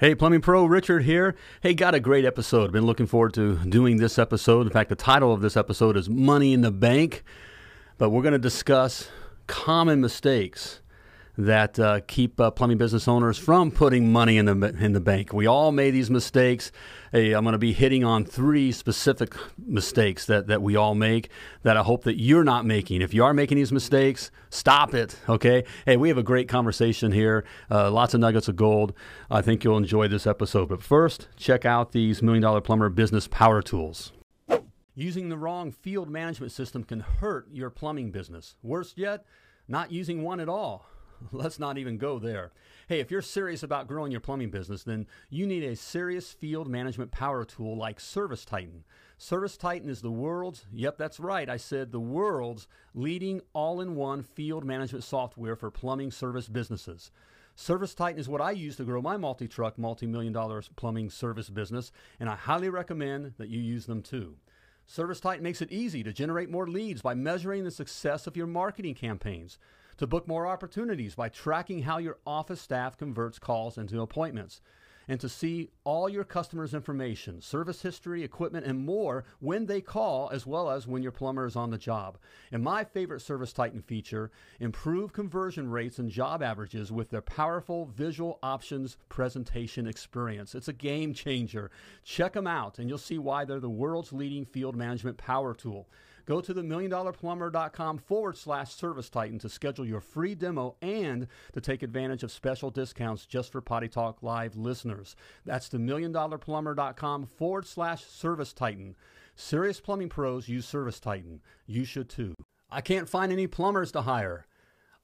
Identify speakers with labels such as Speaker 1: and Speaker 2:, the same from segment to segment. Speaker 1: Hey, Plumbing Pro Richard here. Hey, got a great episode. Been looking forward to doing this episode. In fact, the title of this episode is Money in the Bank, but we're going to discuss common mistakes that uh, keep uh, plumbing business owners from putting money in the in the bank. We all made these mistakes. Hey, I'm going to be hitting on three specific mistakes that that we all make that I hope that you're not making. If you are making these mistakes, stop it. Okay. Hey, we have a great conversation here. Uh, lots of nuggets of gold. I think you'll enjoy this episode. But first, check out these Million Dollar Plumber Business Power Tools. Using the wrong field management system can hurt your plumbing business. Worse yet, not using one at all let's not even go there. Hey, if you're serious about growing your plumbing business, then you need a serious field management power tool like Service Titan. Service Titan is the world's, yep, that's right, I said the world's leading all in one field management software for plumbing service businesses. Service Titan is what I use to grow my multi truck, multi million dollar plumbing service business, and I highly recommend that you use them too. Service Titan makes it easy to generate more leads by measuring the success of your marketing campaigns to book more opportunities by tracking how your office staff converts calls into appointments, and to see all your customers' information, service history, equipment, and more when they call, as well as when your plumber is on the job. And my favorite Service Titan feature improve conversion rates and job averages with their powerful visual options presentation experience. It's a game changer. Check them out, and you'll see why they're the world's leading field management power tool. Go to the milliondollarplumber.com forward slash service titan to schedule your free demo and to take advantage of special discounts just for Potty Talk Live listeners. That's the milliondollarplumber.com forward slash service titan. Serious plumbing pros use Service Titan. You should too. I can't find any plumbers to hire.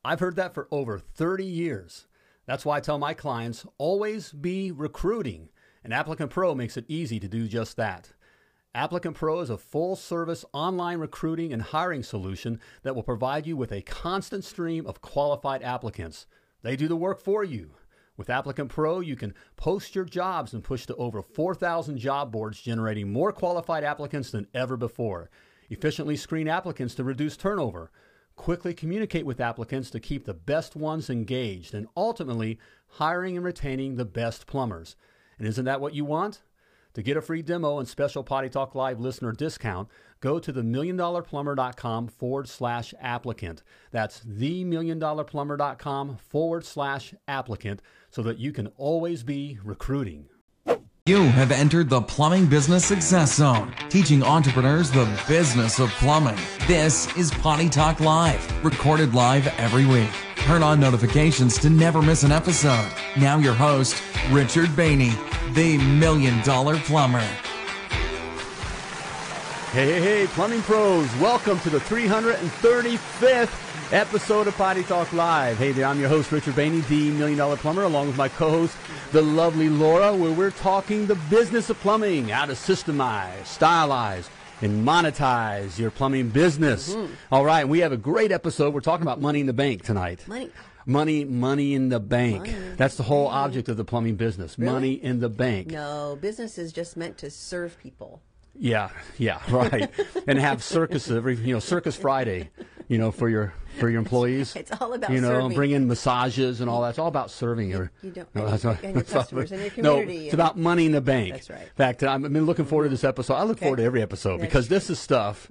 Speaker 1: I've heard that for over 30 years. That's why I tell my clients always be recruiting, and Applicant Pro makes it easy to do just that. Applicant Pro is a full service online recruiting and hiring solution that will provide you with a constant stream of qualified applicants. They do the work for you. With Applicant Pro, you can post your jobs and push to over 4,000 job boards, generating more qualified applicants than ever before. Efficiently screen applicants to reduce turnover. Quickly communicate with applicants to keep the best ones engaged, and ultimately, hiring and retaining the best plumbers. And isn't that what you want? To get a free demo and special Potty Talk Live listener discount, go to themilliondollarplumber.com forward slash applicant. That's themilliondollarplumber.com forward slash applicant so that you can always be recruiting.
Speaker 2: You have entered the Plumbing Business Success Zone, teaching entrepreneurs the business of plumbing. This is Potty Talk Live, recorded live every week. Turn on notifications to never miss an episode. Now, your host, Richard Bainey, the Million Dollar Plumber.
Speaker 1: Hey, hey, hey, plumbing pros, welcome to the 335th episode of Potty Talk Live. Hey there, I'm your host, Richard Bainey, the Million Dollar Plumber, along with my co host, the lovely Laura, where we're talking the business of plumbing, how to systemize, stylize, and monetize your plumbing business. All right, we have a great episode. We're talking about money in the bank tonight.
Speaker 3: Money.
Speaker 1: Money, money in the bank. That's the whole object of the plumbing business. Money in the bank.
Speaker 3: No, business is just meant to serve people.
Speaker 1: Yeah, yeah, right. and have circus every, you know, Circus Friday, you know, for your for your employees.
Speaker 3: It's all about
Speaker 1: you know,
Speaker 3: serving.
Speaker 1: bring in massages and all that. It's all about serving your
Speaker 3: you don't-
Speaker 1: no,
Speaker 3: and
Speaker 1: that's
Speaker 3: your-
Speaker 1: not-
Speaker 3: and your
Speaker 1: that's not-
Speaker 3: customers and your
Speaker 1: No,
Speaker 3: community
Speaker 1: it's
Speaker 3: and-
Speaker 1: about money in the bank.
Speaker 3: That's right.
Speaker 1: In fact, I've been looking forward to this episode. I look
Speaker 3: Okay.
Speaker 1: forward to every episode
Speaker 3: That's Mm-hmm.
Speaker 1: because this is stuff.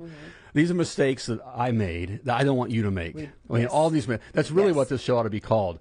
Speaker 1: These are mistakes that I made that I don't want you to make. I mean,
Speaker 3: yes.
Speaker 1: all these. mi- That's really
Speaker 3: Yes.
Speaker 1: what this show ought to be called.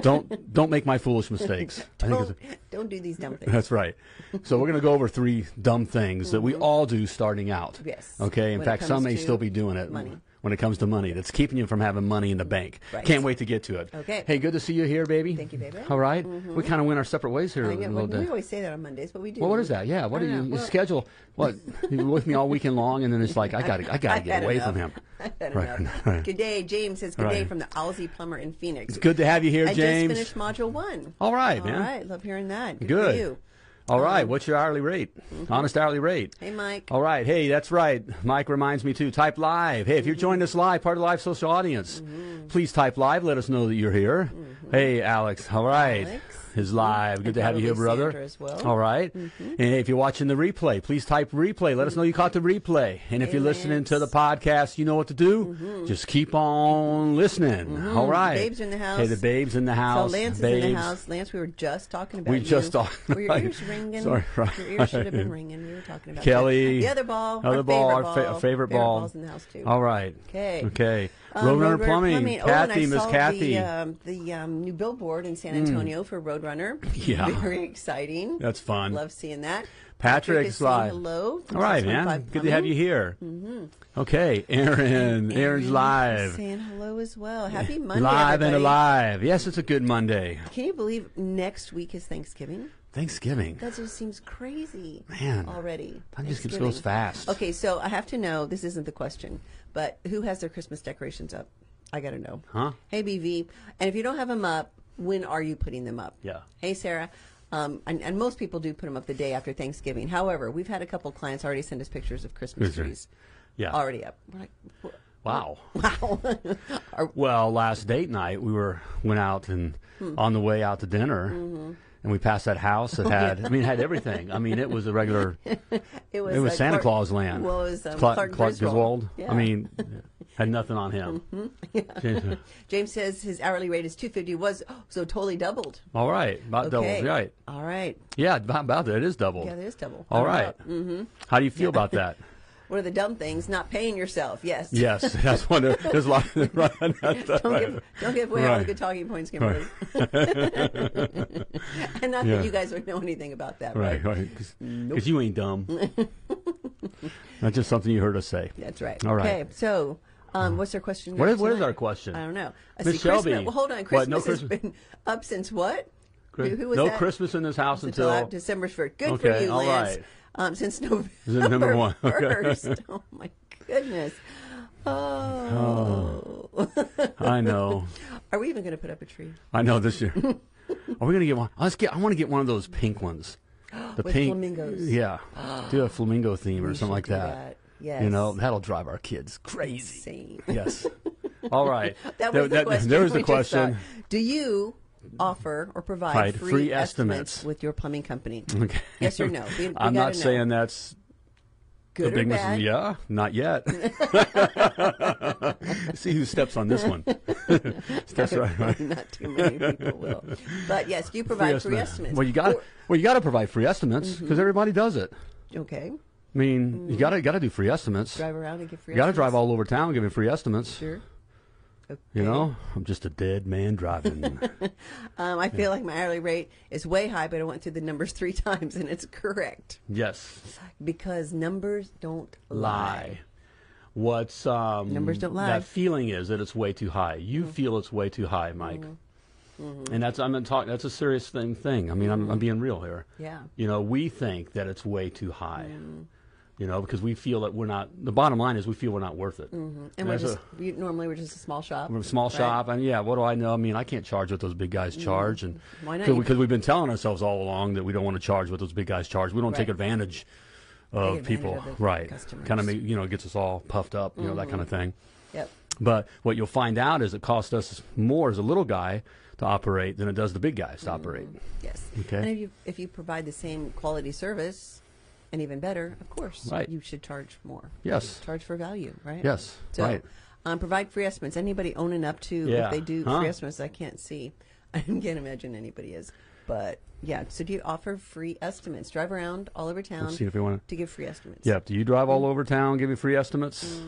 Speaker 1: don't don't make my foolish mistakes. I think it's
Speaker 3: Don't, don't do these dumb things.
Speaker 1: that's right. So we're going to go over three dumb things that we all do starting out.
Speaker 3: Mm-hmm. Yes.
Speaker 1: Okay. In
Speaker 3: When it
Speaker 1: fact, some
Speaker 3: comes
Speaker 1: may
Speaker 3: to
Speaker 1: still be doing it
Speaker 3: money.
Speaker 1: when it comes to money. That's keeping you from having money in the bank.
Speaker 3: Right.
Speaker 1: Can't wait to get to it.
Speaker 3: Okay.
Speaker 1: Hey, good to see you here, baby.
Speaker 3: Thank you, baby. Mm-hmm.
Speaker 1: All right? We kind of went our separate ways here a
Speaker 3: I know,
Speaker 1: little
Speaker 3: we, we
Speaker 1: bit.
Speaker 3: always say that on Mondays, but we do.
Speaker 1: Well, what is that? Yeah. What
Speaker 3: I
Speaker 1: do
Speaker 3: don't
Speaker 1: you,
Speaker 3: know.
Speaker 1: you
Speaker 3: Well-
Speaker 1: schedule? What you were with me all weekend long, and then it's like I got to, I got to
Speaker 3: I've
Speaker 1: get
Speaker 3: had
Speaker 1: away
Speaker 3: enough.
Speaker 1: from him.
Speaker 3: I've had
Speaker 1: Right,
Speaker 3: enough.
Speaker 1: right.
Speaker 3: Good day, James. Says good day
Speaker 1: Right.
Speaker 3: from the Aussie plumber in Phoenix.
Speaker 1: It's good to have you here,
Speaker 3: I
Speaker 1: James.
Speaker 3: just finished module one.
Speaker 1: All right,
Speaker 3: All
Speaker 1: man.
Speaker 3: right, love hearing that. Good.
Speaker 1: Good.
Speaker 3: For you.
Speaker 1: All
Speaker 3: Uh-huh.
Speaker 1: right. What's your hourly rate?
Speaker 3: Mm-hmm.
Speaker 1: Honest hourly rate.
Speaker 3: Hey, Mike.
Speaker 1: All right. Hey, that's right. Mike reminds me too. Type live. Hey, if you're joining us live, part of the live
Speaker 3: Mm-hmm.
Speaker 1: social audience, please type live. Let us know that you're here. Hey, Alex. All right.
Speaker 3: Alex.
Speaker 1: is live. Good to have you here,
Speaker 3: Probably Sandra
Speaker 1: brother.
Speaker 3: as well. Mm-hmm.
Speaker 1: All right. And if you're watching the replay, please type replay. Let us know you caught the replay. And if you're listening to the podcast, you know what to do. Just keep on listening. All right.
Speaker 3: Babes are in Mm-hmm. the
Speaker 1: Hey,
Speaker 3: house.
Speaker 1: the babes in the house.
Speaker 3: So Lance
Speaker 1: babes.
Speaker 3: is in the house. Lance, we were just talking about
Speaker 1: We
Speaker 3: you.
Speaker 1: just talked
Speaker 3: Were your
Speaker 1: about you.
Speaker 3: ears ringing?
Speaker 1: Sorry, right.
Speaker 3: Your ears should have been ringing. We were talking about
Speaker 1: Kelly.
Speaker 3: that. The other ball.
Speaker 1: Other
Speaker 3: our
Speaker 1: ball.
Speaker 3: Favorite
Speaker 1: our
Speaker 3: ball.
Speaker 1: fa- favorite ball.
Speaker 3: Ball's in the house too.
Speaker 1: All right.
Speaker 3: Okay.
Speaker 1: Okay.
Speaker 3: Um,
Speaker 1: Roadrunner
Speaker 3: Roadrunner
Speaker 1: Plumbing.
Speaker 3: Oh, and I
Speaker 1: Kathy, Miss
Speaker 3: saw
Speaker 1: Kathy. Hmm.
Speaker 3: The, um, the um, new billboard in San Antonio for Roadrunner.
Speaker 1: Yeah.
Speaker 3: Very exciting.
Speaker 1: That's fun.
Speaker 3: Love seeing that.
Speaker 1: Patrick's
Speaker 3: is saying
Speaker 1: live.
Speaker 3: Hello. from
Speaker 1: All right,
Speaker 3: 615
Speaker 1: man. Good to have
Speaker 3: Plumbing.
Speaker 1: you here. Okay, Aaron. Aaron's
Speaker 3: Mm-hmm. Aaron
Speaker 1: live.
Speaker 3: Saying hello as well. Happy Monday.
Speaker 1: live and
Speaker 3: everybody.
Speaker 1: alive. Yes, it's a good Monday.
Speaker 3: Can you believe next week is Thanksgiving?
Speaker 1: Thanksgiving.
Speaker 3: That just seems crazy.
Speaker 1: Man.
Speaker 3: Already.
Speaker 1: Time just keeps
Speaker 3: Thanksgiving.
Speaker 1: goes fast.
Speaker 3: Okay, so I have to know this isn't the question, but who has their Christmas decorations up? I got to know.
Speaker 1: Huh?
Speaker 3: Hey, BV. And if you don't have them up, when are you putting them up?
Speaker 1: Yeah.
Speaker 3: Hey, Sarah. Um, and, and most people do put them up the day after Thanksgiving. However, we've had a couple clients already send us pictures of Christmas
Speaker 1: Is there-
Speaker 3: trees.
Speaker 1: Yeah.
Speaker 3: Already up. We're like, "Wha-
Speaker 1: Wow.
Speaker 3: wow.
Speaker 1: Well, last date night we were went out and
Speaker 3: Hmm.
Speaker 1: on the way out to dinner,
Speaker 3: Mm-hmm.
Speaker 1: and we passed that house that had I mean it had everything. I mean it was a regular. It
Speaker 3: Oh, it was,
Speaker 1: was,
Speaker 3: uh,
Speaker 1: Santa
Speaker 3: Clark-
Speaker 1: Claus land.
Speaker 3: Well, it was um,
Speaker 1: Cla-
Speaker 3: Clark, Griswold. Yeah. Mm-hmm.
Speaker 1: I mean, had nothing on him. Yeah.
Speaker 3: James says his hourly rate is two fifty. Was oh, so totally doubled.
Speaker 1: All right, about
Speaker 3: Okay.
Speaker 1: double. Right.
Speaker 3: All right.
Speaker 1: Yeah, about, about that. It is double.
Speaker 3: Yeah, that is double.
Speaker 1: All
Speaker 3: I'm
Speaker 1: right.
Speaker 3: up.
Speaker 1: How do you feel about that?
Speaker 3: One of the dumb things, not paying yourself. Yes.
Speaker 1: yes, that's one. Of, there's a lot.
Speaker 3: Don't give, don't give away all the
Speaker 1: Right.
Speaker 3: good talking points, Kimberly. and not
Speaker 1: Yeah.
Speaker 3: that you guys would know anything about that, right?
Speaker 1: Right, right. Because you ain't dumb. That's just something you heard us say.
Speaker 3: That's right.
Speaker 1: All right. Hmm.
Speaker 3: Okay. So, um, what's our question?
Speaker 1: What
Speaker 3: now
Speaker 1: is- what is
Speaker 3: tonight?
Speaker 1: our question?
Speaker 3: I don't know. I
Speaker 1: Miss
Speaker 3: see
Speaker 1: Shelby.
Speaker 3: Christmas- Well, hold on. Christmas,
Speaker 1: What, no
Speaker 3: has
Speaker 1: Christmas-
Speaker 3: been up since what? Who who was
Speaker 1: no
Speaker 3: that?
Speaker 1: Christmas in this house
Speaker 3: until,
Speaker 1: until.
Speaker 3: out December 1st. Good for
Speaker 1: Okay,
Speaker 3: you,
Speaker 1: all
Speaker 3: Lance.
Speaker 1: right.
Speaker 3: Um, since November
Speaker 1: it number one? Okay.
Speaker 3: 1st. oh, my goodness. Oh.
Speaker 1: I know,
Speaker 3: Are we even going to put up a tree?
Speaker 1: I know. This year, are we gonna get one? Let's get. I want to get one of those pink ones. The
Speaker 3: With
Speaker 1: pink
Speaker 3: flamingos.
Speaker 1: Yeah, do a flamingo theme or
Speaker 3: We
Speaker 1: something like
Speaker 3: should do
Speaker 1: that.
Speaker 3: that. Yes.
Speaker 1: You know, that'll drive our kids crazy.
Speaker 3: Same.
Speaker 1: Yes. All right.
Speaker 3: That
Speaker 1: There-
Speaker 3: was the question.
Speaker 1: There was
Speaker 3: we
Speaker 1: the
Speaker 3: just saw.
Speaker 1: question.
Speaker 3: Do you offer or provide
Speaker 1: Right,
Speaker 3: free,
Speaker 1: free
Speaker 3: estimates.
Speaker 1: estimates.
Speaker 3: with your plumbing company? Yes or no? We- we
Speaker 1: I'm
Speaker 3: gotta
Speaker 1: not
Speaker 3: know.
Speaker 1: saying that's
Speaker 3: good
Speaker 1: a big
Speaker 3: or
Speaker 1: mis-
Speaker 3: bad.
Speaker 1: Yeah, not yet. See who steps on this one. Steps right. right.
Speaker 3: not too many people will. But yes, do you provide free,
Speaker 1: estimate.
Speaker 3: estimates?
Speaker 1: Well, you got
Speaker 3: Or- Mm-hmm.
Speaker 1: well, you got to provide free estimates because everybody does it.
Speaker 3: okay.
Speaker 1: I mean, you got to got to do free estimates.
Speaker 3: Mm-hmm. Drive around and give free.
Speaker 1: you got to
Speaker 3: estimates?
Speaker 1: drive all over town giving free estimates.
Speaker 3: Sure. Okay.
Speaker 1: You know, I'm just a dead man driving.
Speaker 3: Um, I feel like my hourly rate is way high, but I went through the numbers three times and it's correct
Speaker 1: yes,
Speaker 3: because numbers don't lie.
Speaker 1: lie. What's um,
Speaker 3: Numbers don't lie. Mm-hmm.
Speaker 1: That feeling is that it's way too high. You feel it's way too high, Mike. And that's I'm not talking. That's a serious thing. Thing. I mean, I'm, I'm being real here.
Speaker 3: Mm-hmm. Yeah. Mm-hmm.
Speaker 1: You know, we think that it's way too high. You know, because we feel that we're not. The bottom line is we feel we're not worth it.
Speaker 3: And we're
Speaker 1: that's
Speaker 3: just,
Speaker 1: a-
Speaker 3: we, normally we're just a small shop.
Speaker 1: We're a small
Speaker 3: right? Mm-hmm.
Speaker 1: shop, and yeah, what do I know? I mean, I can't charge what those big guys charge, and
Speaker 3: Why not?
Speaker 1: Because we've been telling ourselves all along that we don't want to charge what those big guys charge. We don't take
Speaker 3: Right.
Speaker 1: advantage of
Speaker 3: advantage
Speaker 1: people,
Speaker 3: of the
Speaker 1: right?
Speaker 3: customers. Mm-hmm.
Speaker 1: Kind of, you know, gets us all puffed up, you know, that kind of thing.
Speaker 3: Yep.
Speaker 1: But what you'll find out is it costs us more as a little guy to operate than it does the big guys to operate.
Speaker 3: Mm-hmm. Yes.
Speaker 1: Okay.
Speaker 3: And if you if you provide the same quality service, and even better, of course,
Speaker 1: Right.
Speaker 3: you should charge more.
Speaker 1: Yes.
Speaker 3: Charge for value, right?
Speaker 1: Yes,
Speaker 3: So,
Speaker 1: right.
Speaker 3: um, provide free estimates. Anybody owning up to
Speaker 1: Yeah,
Speaker 3: if they do
Speaker 1: huh?
Speaker 3: free estimates? I can't see. I can't imagine anybody is. But yeah, so do you offer free estimates? Drive around all over town
Speaker 1: see if they wanna-
Speaker 3: to give free estimates.
Speaker 1: Yep. Do you drive
Speaker 3: Mm-hmm.
Speaker 1: all over town, give you free estimates?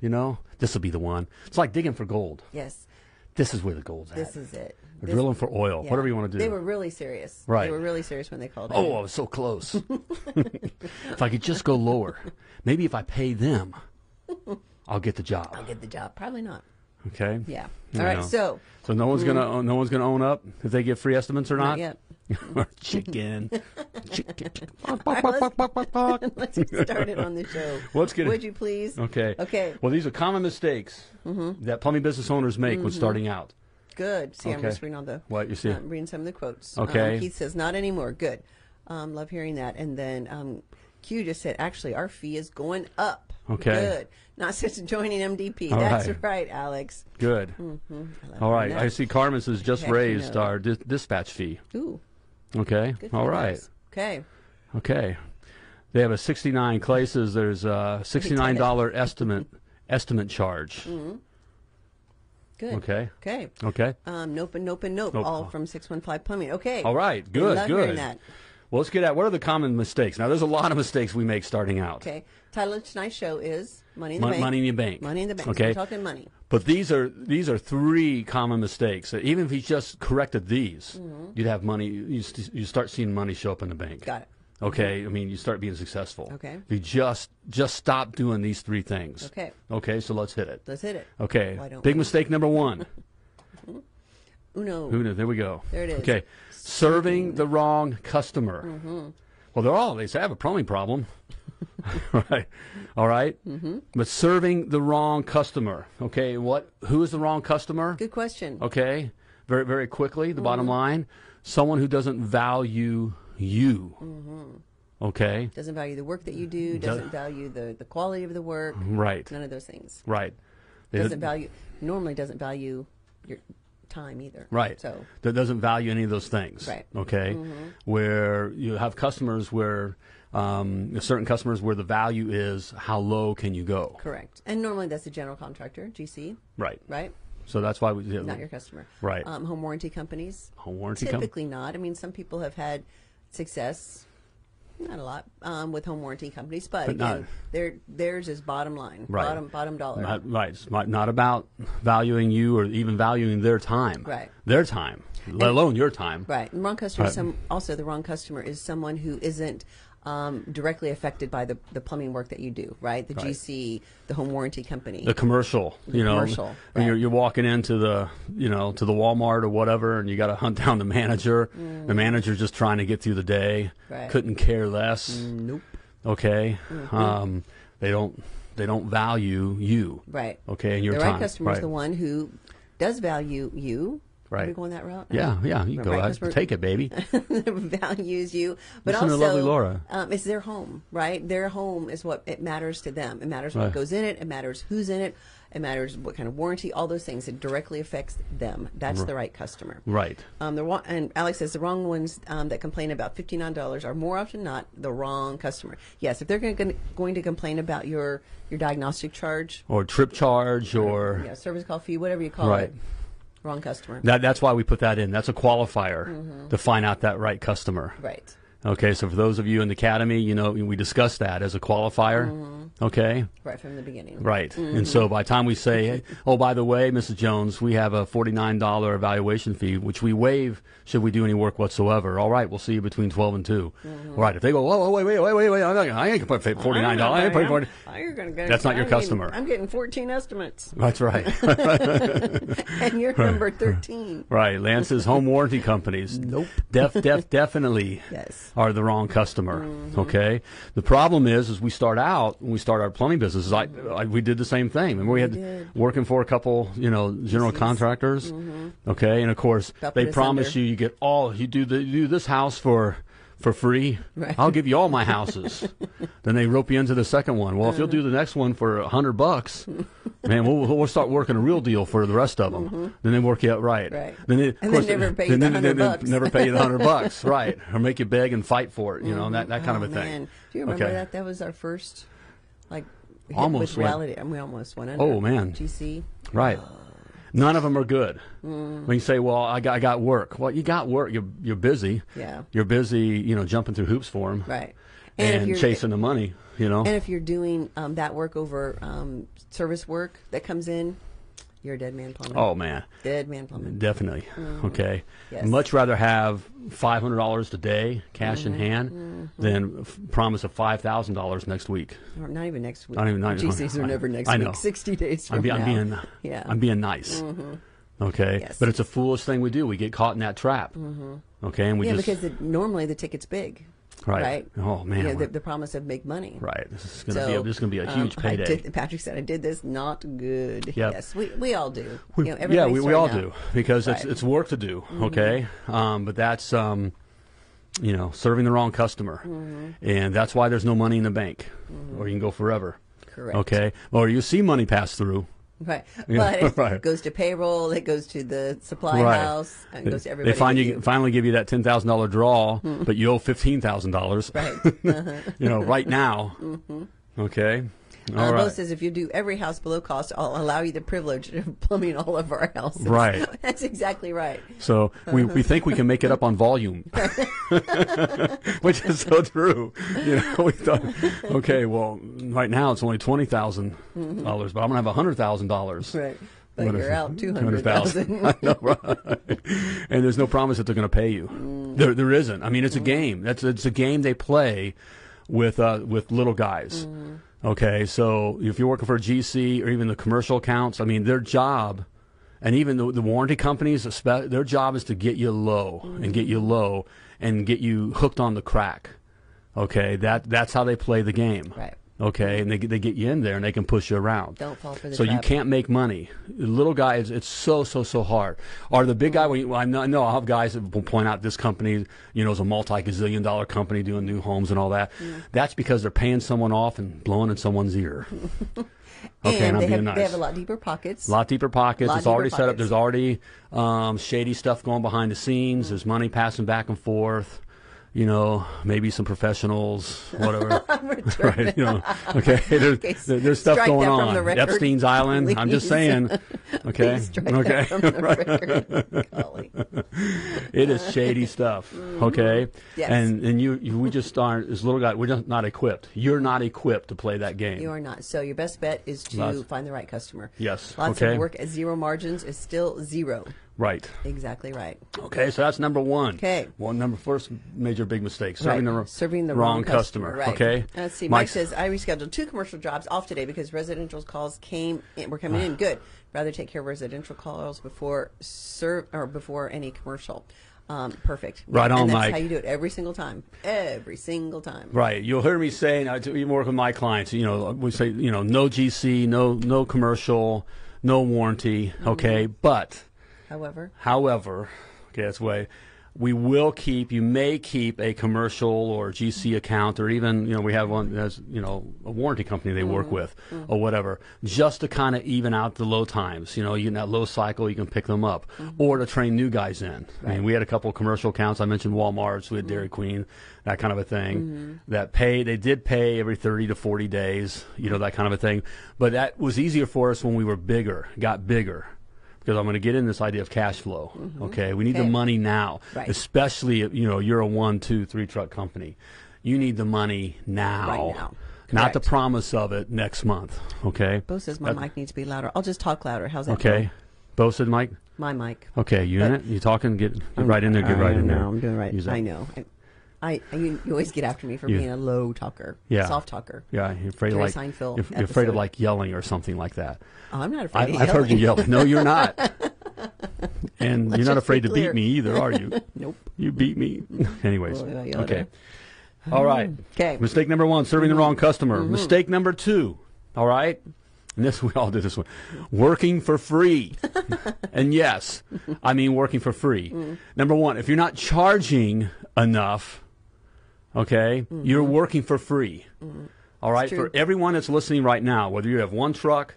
Speaker 1: You know, this will be the one. It's like digging for gold.
Speaker 3: Yes,
Speaker 1: This is where the gold's at.
Speaker 3: this is it.
Speaker 1: Or
Speaker 3: This-
Speaker 1: drilling for oil,
Speaker 3: yeah.
Speaker 1: whatever you want to do.
Speaker 3: They were really serious.
Speaker 1: Right.
Speaker 3: They were really serious when they called. in.
Speaker 1: Oh, I was so close. if I could just go lower, maybe if I pay them, I'll get the job.
Speaker 3: get the job. Probably not.
Speaker 1: Okay.
Speaker 3: Yeah.
Speaker 1: You
Speaker 3: All right.
Speaker 1: know.
Speaker 3: So
Speaker 1: So no one's gonna no one's gonna own up if they get free estimates or not.
Speaker 3: not yet.
Speaker 1: chicken. chicken.
Speaker 3: let's- Let's get started on the show.
Speaker 1: Let's get it.
Speaker 3: Would you please?
Speaker 1: okay.
Speaker 3: Okay. Mm-hmm.
Speaker 1: Well, these are common mistakes that plumbing business owners make when starting out.
Speaker 3: Good. See, I'm
Speaker 1: Okay.
Speaker 3: just reading all the. um,
Speaker 1: What, you see?
Speaker 3: I'm reading some of the quotes.
Speaker 1: Okay.
Speaker 3: Um, Keith says, "Not anymore." Good. Um, love hearing that. And then um, Q just said, actually, our fee is going up.
Speaker 1: Okay.
Speaker 3: Good. Not since joining MDP.
Speaker 1: All
Speaker 3: That's
Speaker 1: right.
Speaker 3: right, Alex. Mm-hmm.
Speaker 1: Good.
Speaker 3: I love
Speaker 1: All right.
Speaker 3: that.
Speaker 1: I see Carmen says just
Speaker 3: Mm. Heck
Speaker 1: raised
Speaker 3: no.
Speaker 1: our dis- dispatch fee.
Speaker 3: Ooh.
Speaker 1: Okay.
Speaker 3: Good for
Speaker 1: All
Speaker 3: you
Speaker 1: right.
Speaker 3: guys. Okay.
Speaker 1: Okay. They have a 69 Clay says there's a $69 estimate estimate charge.
Speaker 3: Mm-hmm. Good.
Speaker 1: Okay.
Speaker 3: Okay.
Speaker 1: Okay.
Speaker 3: Um, nope and nope and nope.
Speaker 1: Nope.
Speaker 3: All from 615 Plumbing. Okay.
Speaker 1: All right.
Speaker 3: We
Speaker 1: Good.
Speaker 3: love hearing
Speaker 1: good.
Speaker 3: that.
Speaker 1: Well, let's get at what are the common mistakes. Now, there's a lot of mistakes we make starting out.
Speaker 3: Okay. Title of tonight's show is Money in the
Speaker 1: Mon-
Speaker 3: Bank.
Speaker 1: Money in the bank.
Speaker 3: Money in the Bank. So
Speaker 1: Okay.
Speaker 3: we're talking money.
Speaker 1: But these are these are three common mistakes. That even if you just corrected these, you'd have money. You, st- you start seeing money show up in the bank.
Speaker 3: Mm-hmm. Got it.
Speaker 1: Okay, I mean, you start being successful.
Speaker 3: Okay.
Speaker 1: You just just stop doing these three things.
Speaker 3: Okay.
Speaker 1: Okay, so let's hit it.
Speaker 3: Let's hit it.
Speaker 1: Okay.
Speaker 3: Why don't
Speaker 1: Big
Speaker 3: we?
Speaker 1: mistake number one.
Speaker 3: Uno.
Speaker 1: Who knew? There we go.
Speaker 3: There it is.
Speaker 1: Okay. Serving the wrong customer.
Speaker 3: Mm-hmm.
Speaker 1: Well, they're all, they say, I have a plumbing problem. right. All right?
Speaker 3: Mm-hmm.
Speaker 1: But serving the wrong customer. Okay. What? Who is the wrong customer?
Speaker 3: Good Mm-hmm. question.
Speaker 1: Okay. Very, very quickly, the bottom line someone who doesn't value you.
Speaker 3: Mm-hmm.
Speaker 1: Okay.
Speaker 3: Doesn't value the work that you do. Doesn't value the, the quality of the work.
Speaker 1: Right.
Speaker 3: None of those things.
Speaker 1: Right. They-
Speaker 3: Doesn't value. Normally doesn't value your time either.
Speaker 1: Right.
Speaker 3: So
Speaker 1: that doesn't value any of those things.
Speaker 3: Right. Mm-hmm.
Speaker 1: Okay. Where you have customers where um, certain customers where the value is how low can you go.
Speaker 3: correct. And normally that's the general contractor, GC,
Speaker 1: Right.
Speaker 3: right?
Speaker 1: So that's why we
Speaker 3: Not your customer.
Speaker 1: Right.
Speaker 3: Um, home warranty companies.
Speaker 1: Home warranty com-
Speaker 3: Typically not. I mean, some people have had success. Not a lot um, with home warranty companies, but,
Speaker 1: But
Speaker 3: again,
Speaker 1: not-
Speaker 3: their theirs is bottom line,
Speaker 1: Right.
Speaker 3: bottom bottom dollar.
Speaker 1: Not, right. It's not, not about valuing you or even valuing their time.
Speaker 3: Right.
Speaker 1: Their time, let alone your time.
Speaker 3: Right. And wrong customer.
Speaker 1: Right.
Speaker 3: Is some also the wrong customer is someone who isn't um, directly affected by the, the plumbing work that you do. Right. The
Speaker 1: Right.
Speaker 3: GC, the home warranty company.
Speaker 1: The commercial, you know,
Speaker 3: commercial,
Speaker 1: and you're,
Speaker 3: right.
Speaker 1: you're walking into the, you know, to the Walmart or whatever, and you got to hunt down the manager. The manager's just trying to get through the day,
Speaker 3: Mm. Right. Mm.
Speaker 1: couldn't care less.
Speaker 3: nope.
Speaker 1: okay
Speaker 3: Mm-hmm.
Speaker 1: um, they don't they don't value you
Speaker 3: Right.
Speaker 1: okay and your
Speaker 3: the
Speaker 1: time
Speaker 3: right customer is
Speaker 1: Right.
Speaker 3: the one who does value you. Are
Speaker 1: Right.
Speaker 3: we going that route?
Speaker 1: yeah yeah you
Speaker 3: The
Speaker 1: go
Speaker 3: right
Speaker 1: ahead
Speaker 3: customer-
Speaker 1: take it baby
Speaker 3: values you, but
Speaker 1: Listen to
Speaker 3: also
Speaker 1: lovely Laura.
Speaker 3: Um, it's their home, right? Their home is what it matters to them. It matters
Speaker 1: Right.
Speaker 3: what goes in it. It matters who's in it. It matters what kind of warranty. All those things. It directly affects them. That's the right customer.
Speaker 1: right
Speaker 3: Um, the wa- and Alex says the wrong ones um, that complain about fifty nine dollars are more often not the wrong customer. Yes, if they're going to, going to complain about your your diagnostic charge,
Speaker 1: or trip charge or
Speaker 3: yeah, service call fee, whatever you call
Speaker 1: Right.
Speaker 3: it, wrong customer.
Speaker 1: that that's why we put that in that's a qualifier to find out that right customer
Speaker 3: Mm-hmm. right.
Speaker 1: okay so for those of you in the academy you know we discussed that as a qualifier
Speaker 3: Mm-hmm.
Speaker 1: okay
Speaker 3: Right from the beginning.
Speaker 1: Right. And so by the time we say, hey, oh, by the way, Mrs. Jones, we have a $49 evaluation fee, which we waive should we do any work whatsoever. All right, we'll see you between 12 and 2. All right. If they go, oh, oh, wait, wait, wait, wait, wait, I'm not, I ain't going to pay $49. I ain't paying 40
Speaker 3: Oh, you're gonna go-
Speaker 1: That's not your
Speaker 3: I'm
Speaker 1: customer.
Speaker 3: Getting, I'm getting 14 estimates,
Speaker 1: That's right.
Speaker 3: and you're number 13.
Speaker 1: right. Lance's home warranty companies. Nope. Def, def, definitely
Speaker 3: Yes. Mm-hmm.
Speaker 1: are the wrong customer. Okay. The problem is, is we start out when we start our plumbing businesses. I, I we did the same thing, and we had
Speaker 3: did.
Speaker 1: working for a couple, you know, general contractors.
Speaker 3: Mm-hmm.
Speaker 1: Okay, and of course
Speaker 3: About
Speaker 1: they
Speaker 3: put us
Speaker 1: promise
Speaker 3: under.
Speaker 1: you you get all you do the you do this house for. For free,
Speaker 3: Right.
Speaker 1: I'll give you all my houses. then they rope you into the second one. Well, if you'll do the next one for a hundred bucks, man, we'll, we'll start working a real deal for the rest of them.
Speaker 3: Mm-hmm.
Speaker 1: Then they work you out right.
Speaker 3: Right.
Speaker 1: Then they, of
Speaker 3: And they
Speaker 1: course,
Speaker 3: never pay you
Speaker 1: then-
Speaker 3: the
Speaker 1: then- then- then
Speaker 3: 100 bucks.
Speaker 1: Never pay you the hundred bucks, right? Or make you beg and fight for it, you know, and that, that kind
Speaker 3: Oh,
Speaker 1: of a thing.
Speaker 3: man. Do you remember
Speaker 1: Okay.
Speaker 3: that? That was our first, like, hit
Speaker 1: Almost
Speaker 3: with
Speaker 1: went-
Speaker 3: reality, and we almost went under.
Speaker 1: Oh, man.
Speaker 3: GC.
Speaker 1: Right.
Speaker 3: Oh.
Speaker 1: None of them are good.
Speaker 3: Mm.
Speaker 1: When you say, "Well, I got, I got work," well, you got work. You're you're busy.
Speaker 3: Yeah.
Speaker 1: You're busy. You know, jumping through hoops for them.
Speaker 3: Right. if
Speaker 1: And,
Speaker 3: you're-
Speaker 1: chasing the money. You know.
Speaker 3: And if you're doing um, that work over um, service work that comes in, you're a dead man plumber.
Speaker 1: oh man,
Speaker 3: Dead man plumber.
Speaker 1: definitely. Okay.
Speaker 3: Mm. Yes.
Speaker 1: Much rather have five hundred dollars today, cash
Speaker 3: Mm-hmm.
Speaker 1: in hand, than f- promise of five thousand dollars next week.
Speaker 3: Or Not even next week.
Speaker 1: Not even- not even-
Speaker 3: GCs are
Speaker 1: I-
Speaker 3: never next
Speaker 1: I know.
Speaker 3: week. 60 days from
Speaker 1: I'm, be, I'm
Speaker 3: now.
Speaker 1: being
Speaker 3: yeah.
Speaker 1: I'm being nice. Okay,
Speaker 3: Mm-hmm. Yes. Mm-hmm.
Speaker 1: but it's a foolish thing we do. We get caught in that trap. Okay, and we
Speaker 3: yeah,
Speaker 1: just
Speaker 3: because it, normally the ticket's big.
Speaker 1: Right.
Speaker 3: Right.
Speaker 1: Oh, man,
Speaker 3: You know, the,
Speaker 1: we're-
Speaker 3: the promise of make money.
Speaker 1: right. This is going to be a, this is going to be a
Speaker 3: um,
Speaker 1: huge
Speaker 3: I
Speaker 1: payday.
Speaker 3: did- Patrick said, "I did this. Not good."
Speaker 1: Yep.
Speaker 3: Yes, we, we all do.
Speaker 1: We-
Speaker 3: You know,
Speaker 1: yeah,
Speaker 3: everybody's
Speaker 1: we, we all
Speaker 3: starting
Speaker 1: do
Speaker 3: out.
Speaker 1: because it's
Speaker 3: Right.
Speaker 1: it's work to do. Okay, um, but that's um, you know, serving the wrong customer.
Speaker 3: Mm-hmm.
Speaker 1: And that's why there's no money in the bank, or you can go forever.
Speaker 3: Correct.
Speaker 1: Okay. Or you see money pass through.
Speaker 3: Right.
Speaker 1: Yeah,
Speaker 3: but it
Speaker 1: right.
Speaker 3: goes to payroll, it goes to the supply
Speaker 1: Right.
Speaker 3: house, and it goes to
Speaker 1: they
Speaker 3: everybody.
Speaker 1: find
Speaker 3: but Mm-hmm.
Speaker 1: you, finally give you that ten thousand dollar draw, but you owe fifteen thousand dollars.
Speaker 3: Right.
Speaker 1: you know, right now. Okay.
Speaker 3: Uh,
Speaker 1: All
Speaker 3: Bo
Speaker 1: right.
Speaker 3: says if you do every house below cost, I'll allow you the privilege of plumbing all of our houses.
Speaker 1: Right.
Speaker 3: That's exactly right.
Speaker 1: So we, we think we can make it up on volume, which is so true. You know, we thought, okay, well, right now it's only twenty dollars, but I'm gonna have hundred thousand dollars.
Speaker 3: Right. But
Speaker 1: What
Speaker 3: you're
Speaker 1: if-
Speaker 3: out two hundred thousand.
Speaker 1: I know, right? and there's no promise that they're going to pay you.
Speaker 3: Mm.
Speaker 1: There, there isn't. I mean, it's a game. That's it's a game they play with uh, with little guys.
Speaker 3: Mm.
Speaker 1: Okay, so if you're working for a GC or even the commercial accounts, I mean, their job, and even the, the warranty companies, espe- their job is to get you low and get
Speaker 3: Mm.
Speaker 1: you low and get you hooked on the crack. Okay, that that's how they play the game.
Speaker 3: Right.
Speaker 1: Okay, and they get- they get you in there and they can push you around.
Speaker 3: Don't fall for the
Speaker 1: So you
Speaker 3: trap.
Speaker 1: can't make money. The little guy is it's so so so hard. Or the big guy. When you, well, I know, I know I'll have guys that will point out this company, you know, is a multi gazillion dollar company doing new homes and all that. That's because they're paying someone off and blowing in someone's ear. okay, and,
Speaker 3: and
Speaker 1: I'm
Speaker 3: they
Speaker 1: being
Speaker 3: have,
Speaker 1: nice.
Speaker 3: they have a lot deeper pockets.
Speaker 1: lot deeper pockets.
Speaker 3: Lot
Speaker 1: it's already
Speaker 3: deeper
Speaker 1: set up.
Speaker 3: pockets.
Speaker 1: There's already um, shady stuff going behind the
Speaker 3: Mm-hmm.
Speaker 1: scenes. There's money passing back and forth. You know, maybe some professionals, whatever. right? You know, okay. There's,
Speaker 3: Okay,
Speaker 1: there- there's stuff
Speaker 3: strike
Speaker 1: going
Speaker 3: that from
Speaker 1: on.
Speaker 3: the record,
Speaker 1: Epstein's Island. I'm just
Speaker 3: please.
Speaker 1: saying. Okay.
Speaker 3: Please strike
Speaker 1: Okay.
Speaker 3: that from the record. Golly.
Speaker 1: it is shady stuff. Okay.
Speaker 3: Mm-hmm. Yes.
Speaker 1: And and you, you we just aren't as little guy. We're just not equipped. You're not equipped to play that game.
Speaker 3: You are not. So your best bet is to
Speaker 1: Lots-
Speaker 3: find the right customer.
Speaker 1: Yes.
Speaker 3: Lots
Speaker 1: Okay.
Speaker 3: of work at zero margins is still zero.
Speaker 1: right.
Speaker 3: Exactly right.
Speaker 1: Okay. So that's number one.
Speaker 3: Okay.
Speaker 1: Well, number first major big mistake serving the
Speaker 3: Right.
Speaker 1: wr-
Speaker 3: Serving the
Speaker 1: wrong,
Speaker 3: wrong
Speaker 1: customer.
Speaker 3: right.
Speaker 1: Okay.
Speaker 3: Uh, Let's see. Mike
Speaker 1: Mike's-
Speaker 3: says I rescheduled two commercial jobs off today because residential calls came in, were coming
Speaker 1: Ah.
Speaker 3: in. Good. Rather take care of residential calls before serve or before any commercial. Um, perfect.
Speaker 1: Right on,
Speaker 3: and that's
Speaker 1: Mike.
Speaker 3: How you do it every single time. Every single time.
Speaker 1: Right. You'll hear me saying, I do- even work with my clients, you know, we say, you know, no GC, no, no commercial, no warranty. Okay. But
Speaker 3: However,
Speaker 1: However, okay, that's way. We will keep. You may keep a commercial or GC account, or even you know we have one as you know a warranty company they work with, or whatever, just to kind of even out the low times. You know, you in that low cycle, you can pick them up, or to train new guys in. I mean, we had a couple of commercial accounts. I mentioned Walmart's, we had Dairy Queen, that kind of a thing. That pay they did pay every thirty to forty days. You know that kind of a thing. But that was easier for us when we were bigger, got bigger because I'm going to get in this idea of cash flow. Okay, we need the
Speaker 3: Mm-hmm. Okay.
Speaker 1: money now,
Speaker 3: Right.
Speaker 1: especially if, you know you're a one, two, three truck company. You need the money now,
Speaker 3: Right now.
Speaker 1: not the
Speaker 3: Correct.
Speaker 1: promise of it next month. Okay,
Speaker 3: Bo says my
Speaker 1: Uh,
Speaker 3: mic needs to be louder. I'll just talk louder. How's that?
Speaker 1: Okay, Bo said, Mike.
Speaker 3: Bo? My mic.
Speaker 1: Okay, you in it? You talking? Get, get right in there. Get right
Speaker 3: I
Speaker 1: in there.
Speaker 3: know, I'm doing right.
Speaker 1: Use that.
Speaker 3: I know. I, I, I you, you always get after me for
Speaker 1: You-
Speaker 3: being a low talker,
Speaker 1: Yeah.
Speaker 3: soft talker.
Speaker 1: Yeah, you're afraid of
Speaker 3: Jerry
Speaker 1: like
Speaker 3: Seinfeld
Speaker 1: you're, you're afraid of
Speaker 3: episode.
Speaker 1: like yelling or something like that.
Speaker 3: Oh, I'm not
Speaker 1: I,
Speaker 3: afraid. of
Speaker 1: I've heard you
Speaker 3: yelling.
Speaker 1: yell. No, you're not. And you're not
Speaker 3: just be
Speaker 1: afraid to beat
Speaker 3: clear.
Speaker 1: me either, are you?
Speaker 3: Nope.
Speaker 1: You beat me. Anyways,
Speaker 3: Well, yeah, yeah,
Speaker 1: okay. All right.
Speaker 3: 'Kay.
Speaker 1: Mistake number one: serving the wrong customer. Mistake number two. All right. And this we all did this one. Working for free. and yes, I mean working for free. Number one, if you're not charging enough, okay, you're working for free. All right.
Speaker 3: true.
Speaker 1: For everyone that's listening right now, whether you have one truck.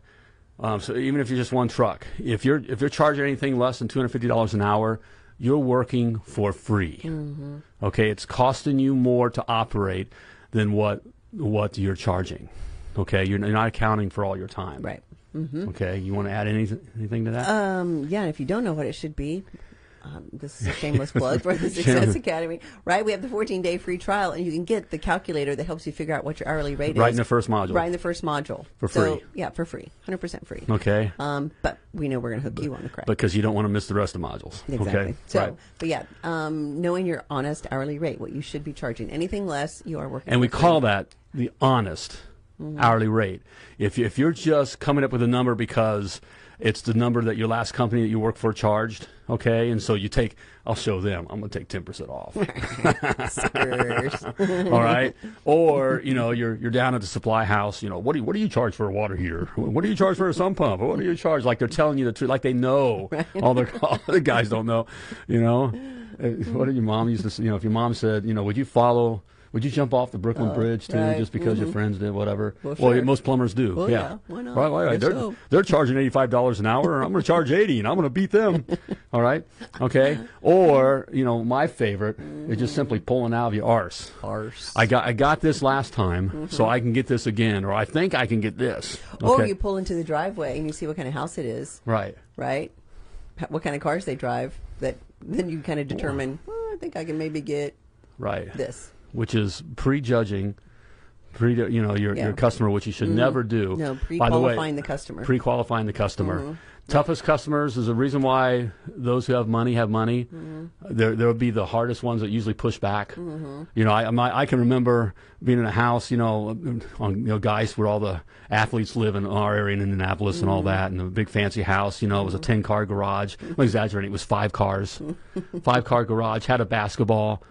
Speaker 1: Um, so even if you're just one truck, if you're if you're charging anything less than two hundred fifty dollars an hour, you're working for free. Okay, it's costing you more to operate than what what you're charging. Okay, you're you're not accounting for all your time.
Speaker 3: Right.
Speaker 1: Okay, you want to add anything anything to that?
Speaker 3: Um, yeah, and if you don't know what it should be, um, this is a shameless plug for the Success Academy, right? We have the 14 day free trial, and you can get the calculator that helps you figure out what your hourly rate is.
Speaker 1: Right in the first module.
Speaker 3: Right in the first module.
Speaker 1: For
Speaker 3: So,
Speaker 1: free.
Speaker 3: yeah, for free. 100% free.
Speaker 1: okay,
Speaker 3: Um, but we know we're going to hook you on the crack.
Speaker 1: because you don't want to miss the rest of modules.
Speaker 3: Exactly.
Speaker 1: Okay,
Speaker 3: So,
Speaker 1: right.
Speaker 3: but yeah, um, knowing your honest hourly rate, what you should be charging. Anything less, you are working.
Speaker 1: And we
Speaker 3: for free.
Speaker 1: call that
Speaker 3: Mm-hmm.
Speaker 1: the honest hourly rate. If, you- if you're just coming up with a number because It's the number that your last company that you work for charged. Okay, and so you take. I'll show them. I'm gonna take ten percent off.
Speaker 3: Suckers.
Speaker 1: All right. Or, you know, you're you're down at the supply house, you know, what do you what do you charge for a water heater? What do you charge for a sump pump? What do you charge? Like they're telling you the truth, like they know. All the all the guys don't know, you know. Uh, What did your mom used to say? You know, if your mom said, you know, would you follow would you jump off the Brooklyn Bridge too,
Speaker 3: Oh, right. Mm-hmm.
Speaker 1: just because your friends did, whatever?
Speaker 3: Well,
Speaker 1: yeah,
Speaker 3: sure.
Speaker 1: most plumbers do.
Speaker 3: Well,
Speaker 1: yeah.
Speaker 3: yeah, why not?
Speaker 1: Right, right, right.
Speaker 3: Guess
Speaker 1: They're,
Speaker 3: so.
Speaker 1: they're charging eighty five dollars an hour, and I'm going to charge eighty, and I'm going to beat them. All right, okay. Or you know, my favorite is just simply pulling out of your arse.
Speaker 3: Arse.
Speaker 1: I got I got this last time, so I can get this again, or I think I can get this.
Speaker 3: Mm-hmm. Or
Speaker 1: Okay.
Speaker 3: you pull into the driveway and you see what kind of house it is,
Speaker 1: right.
Speaker 3: right? H- What kind of cars they drive. That then you kind of determine. "Well, I think I can maybe get
Speaker 1: Right.
Speaker 3: this.
Speaker 1: Which is prejudging, pre you know your,
Speaker 3: Yeah. Mm.
Speaker 1: your customer, which you should never do.
Speaker 3: No,
Speaker 1: By the way,
Speaker 3: pre-qualifying the customer.
Speaker 1: Pre-qualifying the customer. Toughest customers is the reason why those who have money have money. There, there will be the hardest ones that usually push back. You know, I, my, I can remember being in a house, you know, on you know, guys where all the athletes live in our area in Indianapolis and all that, and a big fancy house. You know, it was a ten car garage. I'm exaggerating. It was five cars, five car garage. Had a basketball.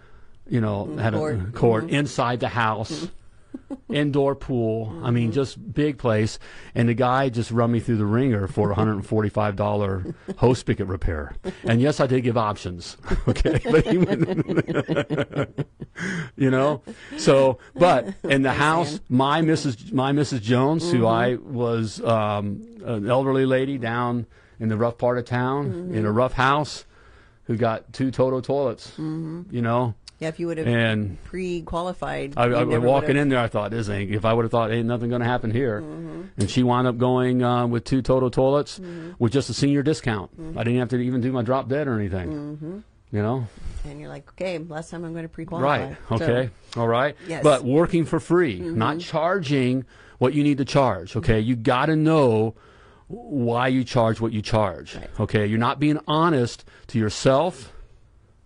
Speaker 1: You know, had a
Speaker 3: court.
Speaker 1: court inside the house indoor pool. I mean, just big place. And the guy just run me through the ringer for a $145 hose spigot repair. And yes, I did give options. Okay. But he went- you know? So, but in the house, my Mrs. My Mrs. Jones, who I was um, an elderly lady down in the rough part of town, in a rough house, who got two total toilets,
Speaker 3: Mm-hmm.
Speaker 1: you know?
Speaker 3: Yeah, if you would have
Speaker 1: And
Speaker 3: pre-qualified,
Speaker 1: I,
Speaker 3: you
Speaker 1: I,
Speaker 3: never
Speaker 1: walking
Speaker 3: would've- Mm-hmm.
Speaker 1: in there, I thought, "This ain't." If I would have thought, "Ain't nothing going to happen here," and she wound up going uh, with two total toilets with just a senior discount.
Speaker 3: Mm-hmm.
Speaker 1: I didn't have to even do my drop dead or anything. You know,
Speaker 3: and you're like, okay, last time I'm going to pre-qualify.
Speaker 1: right?
Speaker 3: So,
Speaker 1: Okay, all right.
Speaker 3: Yes. Mm-hmm.
Speaker 1: But working for free, not charging what you need to charge. Okay, you got to know why you charge what you charge. Okay, you're not being honest to yourself.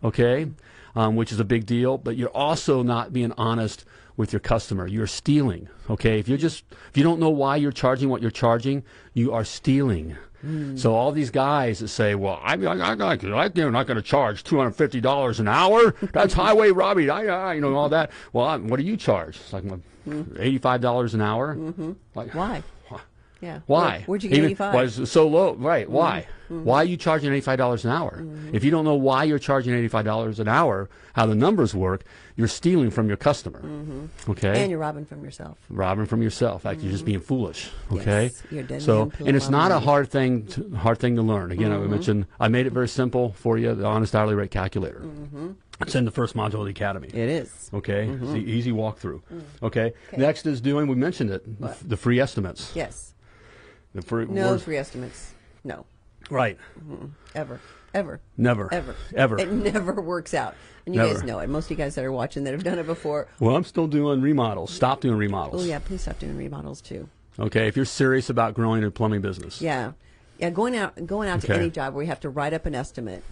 Speaker 1: okay, um, which is a big deal. But you're also not being honest with your customer. You're stealing, okay. If you're just if you don't know why you're charging what you're charging, you are stealing. So all these guys that say, "Well, I, I, I, I they're not going to charge two hundred fifty dollars an hour. That's highway robbery. I, I, you know all that. Well, I, what do you charge? It's like eighty-five dollars an hour. Mm-hmm. Like
Speaker 3: Why? Yeah.
Speaker 1: why?
Speaker 3: Where, would you get Mm-hmm.
Speaker 1: Even-
Speaker 3: 85?
Speaker 1: Why is it so low? Right. Why? Why are you charging eighty-five dollars an hour?
Speaker 3: Mm-hmm.
Speaker 1: If you don't know why you're charging eighty-five dollars an hour, how the numbers work, you're stealing from your customer. Okay.
Speaker 3: Mm-hmm. and you're robbing from yourself.
Speaker 1: robbing from yourself. Like you're just being foolish. Okay.
Speaker 3: Yes, you're dead
Speaker 1: so,
Speaker 3: man pool
Speaker 1: and it's not a
Speaker 3: money. Mm-hmm.
Speaker 1: hard thing. To, hard thing to learn. Again, I mentioned I made it very simple for you. The honest hourly rate calculator.
Speaker 3: Mm-hmm.
Speaker 1: It's in the first module of the academy.
Speaker 3: It is.
Speaker 1: Okay,
Speaker 3: Mm-hmm.
Speaker 1: it's the easy walkthrough.
Speaker 3: Mm.
Speaker 1: Okay. next is doing. We mentioned it. The free estimates.
Speaker 3: Yes.
Speaker 1: The free,
Speaker 3: No
Speaker 1: worst-
Speaker 3: free estimates. No.
Speaker 1: Right.
Speaker 3: Ever. Ever.
Speaker 1: Never.
Speaker 3: Ever.
Speaker 1: Ever.
Speaker 3: It never works out. And you guys
Speaker 1: Never.
Speaker 3: know it. Most of you guys that are watching that have done it before.
Speaker 1: well, I'm still doing remodels. Stop doing
Speaker 3: Oh,
Speaker 1: remodels.
Speaker 3: yeah, please stop doing remodels too.
Speaker 1: Okay. If you're serious about growing your plumbing business.
Speaker 3: Yeah. Yeah, going out going out to
Speaker 1: Okay.
Speaker 3: any job where you have to write up an estimate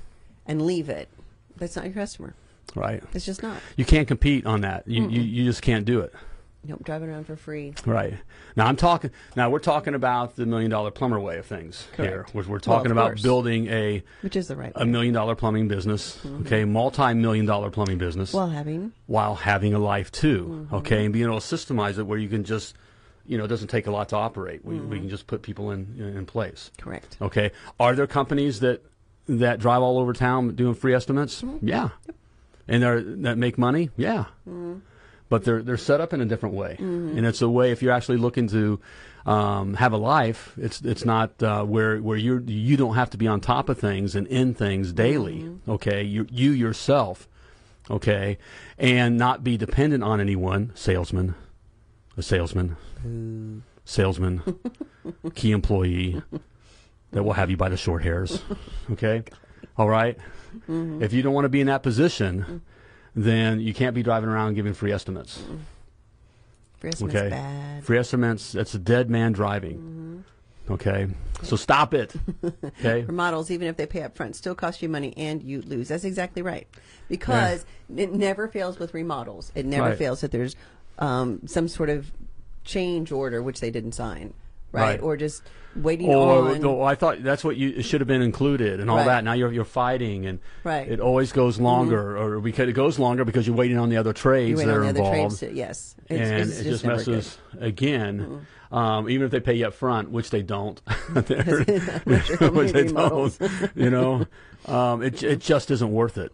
Speaker 3: and leave it. That's not your customer.
Speaker 1: Right.
Speaker 3: It's just not.
Speaker 1: You can't compete on that. You, you you just can't do it.
Speaker 3: Nope, driving around for free.
Speaker 1: Right. Now I'm talking. Now we're talking about the million dollar plumber way of things here.
Speaker 3: Correct.
Speaker 1: We're, we're
Speaker 3: Well,
Speaker 1: talking
Speaker 3: of
Speaker 1: about
Speaker 3: course.
Speaker 1: building a
Speaker 3: Which is the right
Speaker 1: a
Speaker 3: way.
Speaker 1: million dollar plumbing business.
Speaker 3: Mm-hmm.
Speaker 1: Okay, multi million dollar plumbing business.
Speaker 3: While having
Speaker 1: while having a life too.
Speaker 3: Mm-hmm.
Speaker 1: Okay, and being able to systemize it where you can just, you know, it doesn't take a lot to operate. We,
Speaker 3: Mm-hmm.
Speaker 1: we can just put people in in place.
Speaker 3: correct.
Speaker 1: Okay. Are there companies that that drive all over town doing free estimates? Yeah. And they're that make money? Yeah. But they're they're set up in a different way, and it's a way. If you're actually looking to um, have a life, it's it's not uh, where where you you don't have to be on top of things and in things daily. Okay, you you yourself, okay, and not be dependent on anyone. Salesman, a salesman, salesman, key employee that will have you by the short hairs. Okay? All right?
Speaker 3: Mm-hmm.
Speaker 1: If you don't want to be in that position, then you can't be driving around giving free estimates.
Speaker 3: Mm-hmm. Free estimates
Speaker 1: Okay?
Speaker 3: bad.
Speaker 1: Free estimates, that's a dead man driving.
Speaker 3: Mm-hmm.
Speaker 1: Okay? So stop it. Okay?
Speaker 3: for models, even if they pay up front, still cost you money and you lose. That's exactly right. Because it never fails with remodels. It never
Speaker 1: Right.
Speaker 3: fails that there's um, some sort of change order, which they didn't sign, right?
Speaker 1: Right.
Speaker 3: Or just waiting
Speaker 1: Or
Speaker 3: on.
Speaker 1: the- I thought that's what you it should have been included and all
Speaker 3: Right.
Speaker 1: that. Now you're you're fighting and
Speaker 3: Right. Mm-hmm.
Speaker 1: it always goes longer, or because it goes longer because you're waiting on the other
Speaker 3: you
Speaker 1: trades
Speaker 3: wait
Speaker 1: that
Speaker 3: on
Speaker 1: are
Speaker 3: the other
Speaker 1: involved.
Speaker 3: trades to, yes,
Speaker 1: and it just,
Speaker 3: never good.
Speaker 1: messes again. Um, even if they pay you up front, which they don't, They're-
Speaker 3: how
Speaker 1: which
Speaker 3: many
Speaker 1: they
Speaker 3: remodels.
Speaker 1: don't, you know, um, it it just isn't worth it.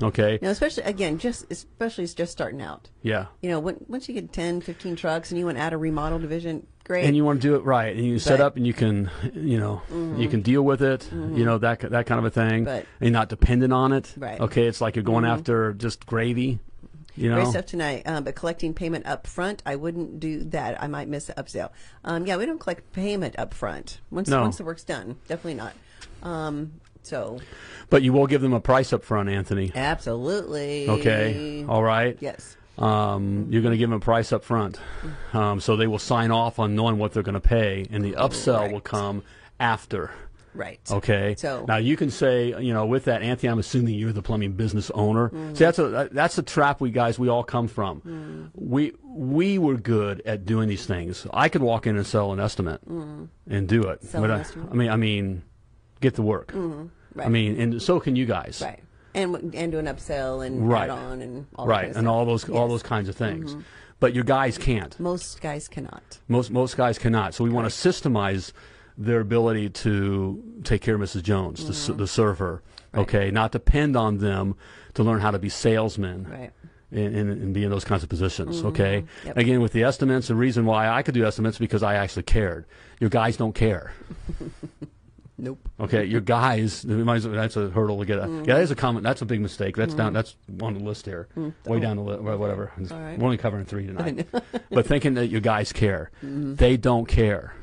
Speaker 1: Okay,
Speaker 3: No, especially again, just especially it's just starting out.
Speaker 1: yeah,
Speaker 3: You know, when, once you get 10, 15 trucks and you want to add a remodel division, great.
Speaker 1: and you want to do it right, and you set
Speaker 3: But-
Speaker 1: up, and you can, you know, you can deal with it, you know, that ki- that kind of a thing,
Speaker 3: Mm-hmm. But-
Speaker 1: and not dependent on it.
Speaker 3: Right. Mm-hmm.
Speaker 1: Okay, it's like you're going after just gravy, you
Speaker 3: Great
Speaker 1: know.
Speaker 3: stuff tonight. Um, but collecting payment up front, I wouldn't do that. I might miss the upsell. Um, yeah, we don't collect payment up front once
Speaker 1: No.
Speaker 3: once the work's done. Definitely not. Um, so
Speaker 1: But you will give them a price up front, Anthony.
Speaker 3: absolutely.
Speaker 1: Okay, all right.
Speaker 3: Yes.
Speaker 1: um, you're going to give them a price up front. Um, so they will sign off on knowing what they're going to pay, and the upsell will
Speaker 3: Correct.
Speaker 1: come after.
Speaker 3: Right.
Speaker 1: Okay.
Speaker 3: So-
Speaker 1: now you can say, you know, with that, Anthony, I'm assuming you're the plumbing business owner.
Speaker 3: Mm-hmm.
Speaker 1: See, that's a that's a trap we guys we all come from. We we were good at doing these things. I could walk in and sell an estimate and do it.
Speaker 3: Mm-hmm. Sell
Speaker 1: but
Speaker 3: an
Speaker 1: I,
Speaker 3: estimate. Mm,
Speaker 1: I mean, I mean, get the work. I
Speaker 3: Right.
Speaker 1: mean, and so can you guys.
Speaker 3: Right. And and do an upsell and
Speaker 1: Right.
Speaker 3: add on and all that
Speaker 1: Right,
Speaker 3: kind of
Speaker 1: and
Speaker 3: stuff.
Speaker 1: all those all
Speaker 3: Yes. Mm-hmm.
Speaker 1: those kinds of things, but your guys can't.
Speaker 3: Most guys cannot.
Speaker 1: Most most guys cannot. So we want to systemize their ability to take care of Mrs. Jones, the
Speaker 3: Mm-hmm.
Speaker 1: s the server. Okay, not depend on them to learn how to be salesmen
Speaker 3: Right. Mm-hmm.
Speaker 1: and, and, and be in those kinds of positions. Okay,
Speaker 3: Yep.
Speaker 1: again with the estimates, the reason why I could do estimates because I actually cared. Your guys don't care.
Speaker 3: Nope.
Speaker 1: Okay, your guys. we might as well- That's a hurdle to get. A,
Speaker 3: Mm-hmm.
Speaker 1: Yeah, that is a comment. That's a big mistake. That's down. That's on the list here,
Speaker 3: Mm.
Speaker 1: way down the list. Whatever.
Speaker 3: Oh. right.
Speaker 1: We're only covering three tonight. but thinking that your guys care,
Speaker 3: Mm-hmm.
Speaker 1: they don't care.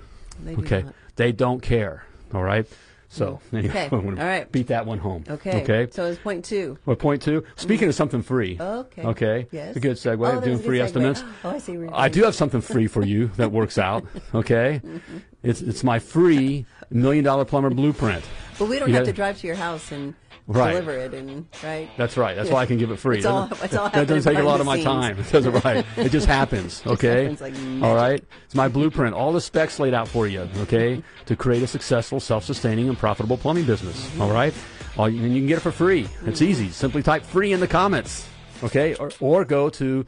Speaker 3: They do
Speaker 1: Okay,
Speaker 3: not.
Speaker 1: they don't care. All right. So anyway,
Speaker 3: Mm-hmm. Okay,
Speaker 1: I'm gonna
Speaker 3: all right.
Speaker 1: beat that one home.
Speaker 3: Okay.
Speaker 1: Okay.
Speaker 3: So it's point two.
Speaker 1: Well, point two. Speaking of something free.
Speaker 3: Okay.
Speaker 1: Okay.
Speaker 3: Yes.
Speaker 1: A good segue.
Speaker 3: Oh, that
Speaker 1: doing
Speaker 3: was a good
Speaker 1: free
Speaker 3: segue.
Speaker 1: estimates.
Speaker 3: Oh, I see. where you're
Speaker 1: I
Speaker 3: going.
Speaker 1: do have something free for you that works out. Okay.
Speaker 3: Mm-hmm.
Speaker 1: It's it's my free million dollar plumber blueprint.
Speaker 3: But we don't
Speaker 1: You
Speaker 3: have
Speaker 1: gotta-
Speaker 3: to drive to your house and
Speaker 1: Right.
Speaker 3: deliver it, and right.
Speaker 1: That's right. That's why I can give it free.
Speaker 3: It's all-
Speaker 1: Doesn't-
Speaker 3: it's all
Speaker 1: that
Speaker 3: happening
Speaker 1: doesn't take a lot
Speaker 3: behind
Speaker 1: of my
Speaker 3: the
Speaker 1: time.
Speaker 3: scenes.
Speaker 1: It doesn't right. It just happens. Okay.
Speaker 3: happens like mm. magic.
Speaker 1: all right. It's my blueprint. All the specs laid out for you. Okay. to create a successful, self-sustaining, and profitable plumbing business. All right. All you, and you can get it for free. It's easy. Simply type free in the comments. Okay. Or, or go to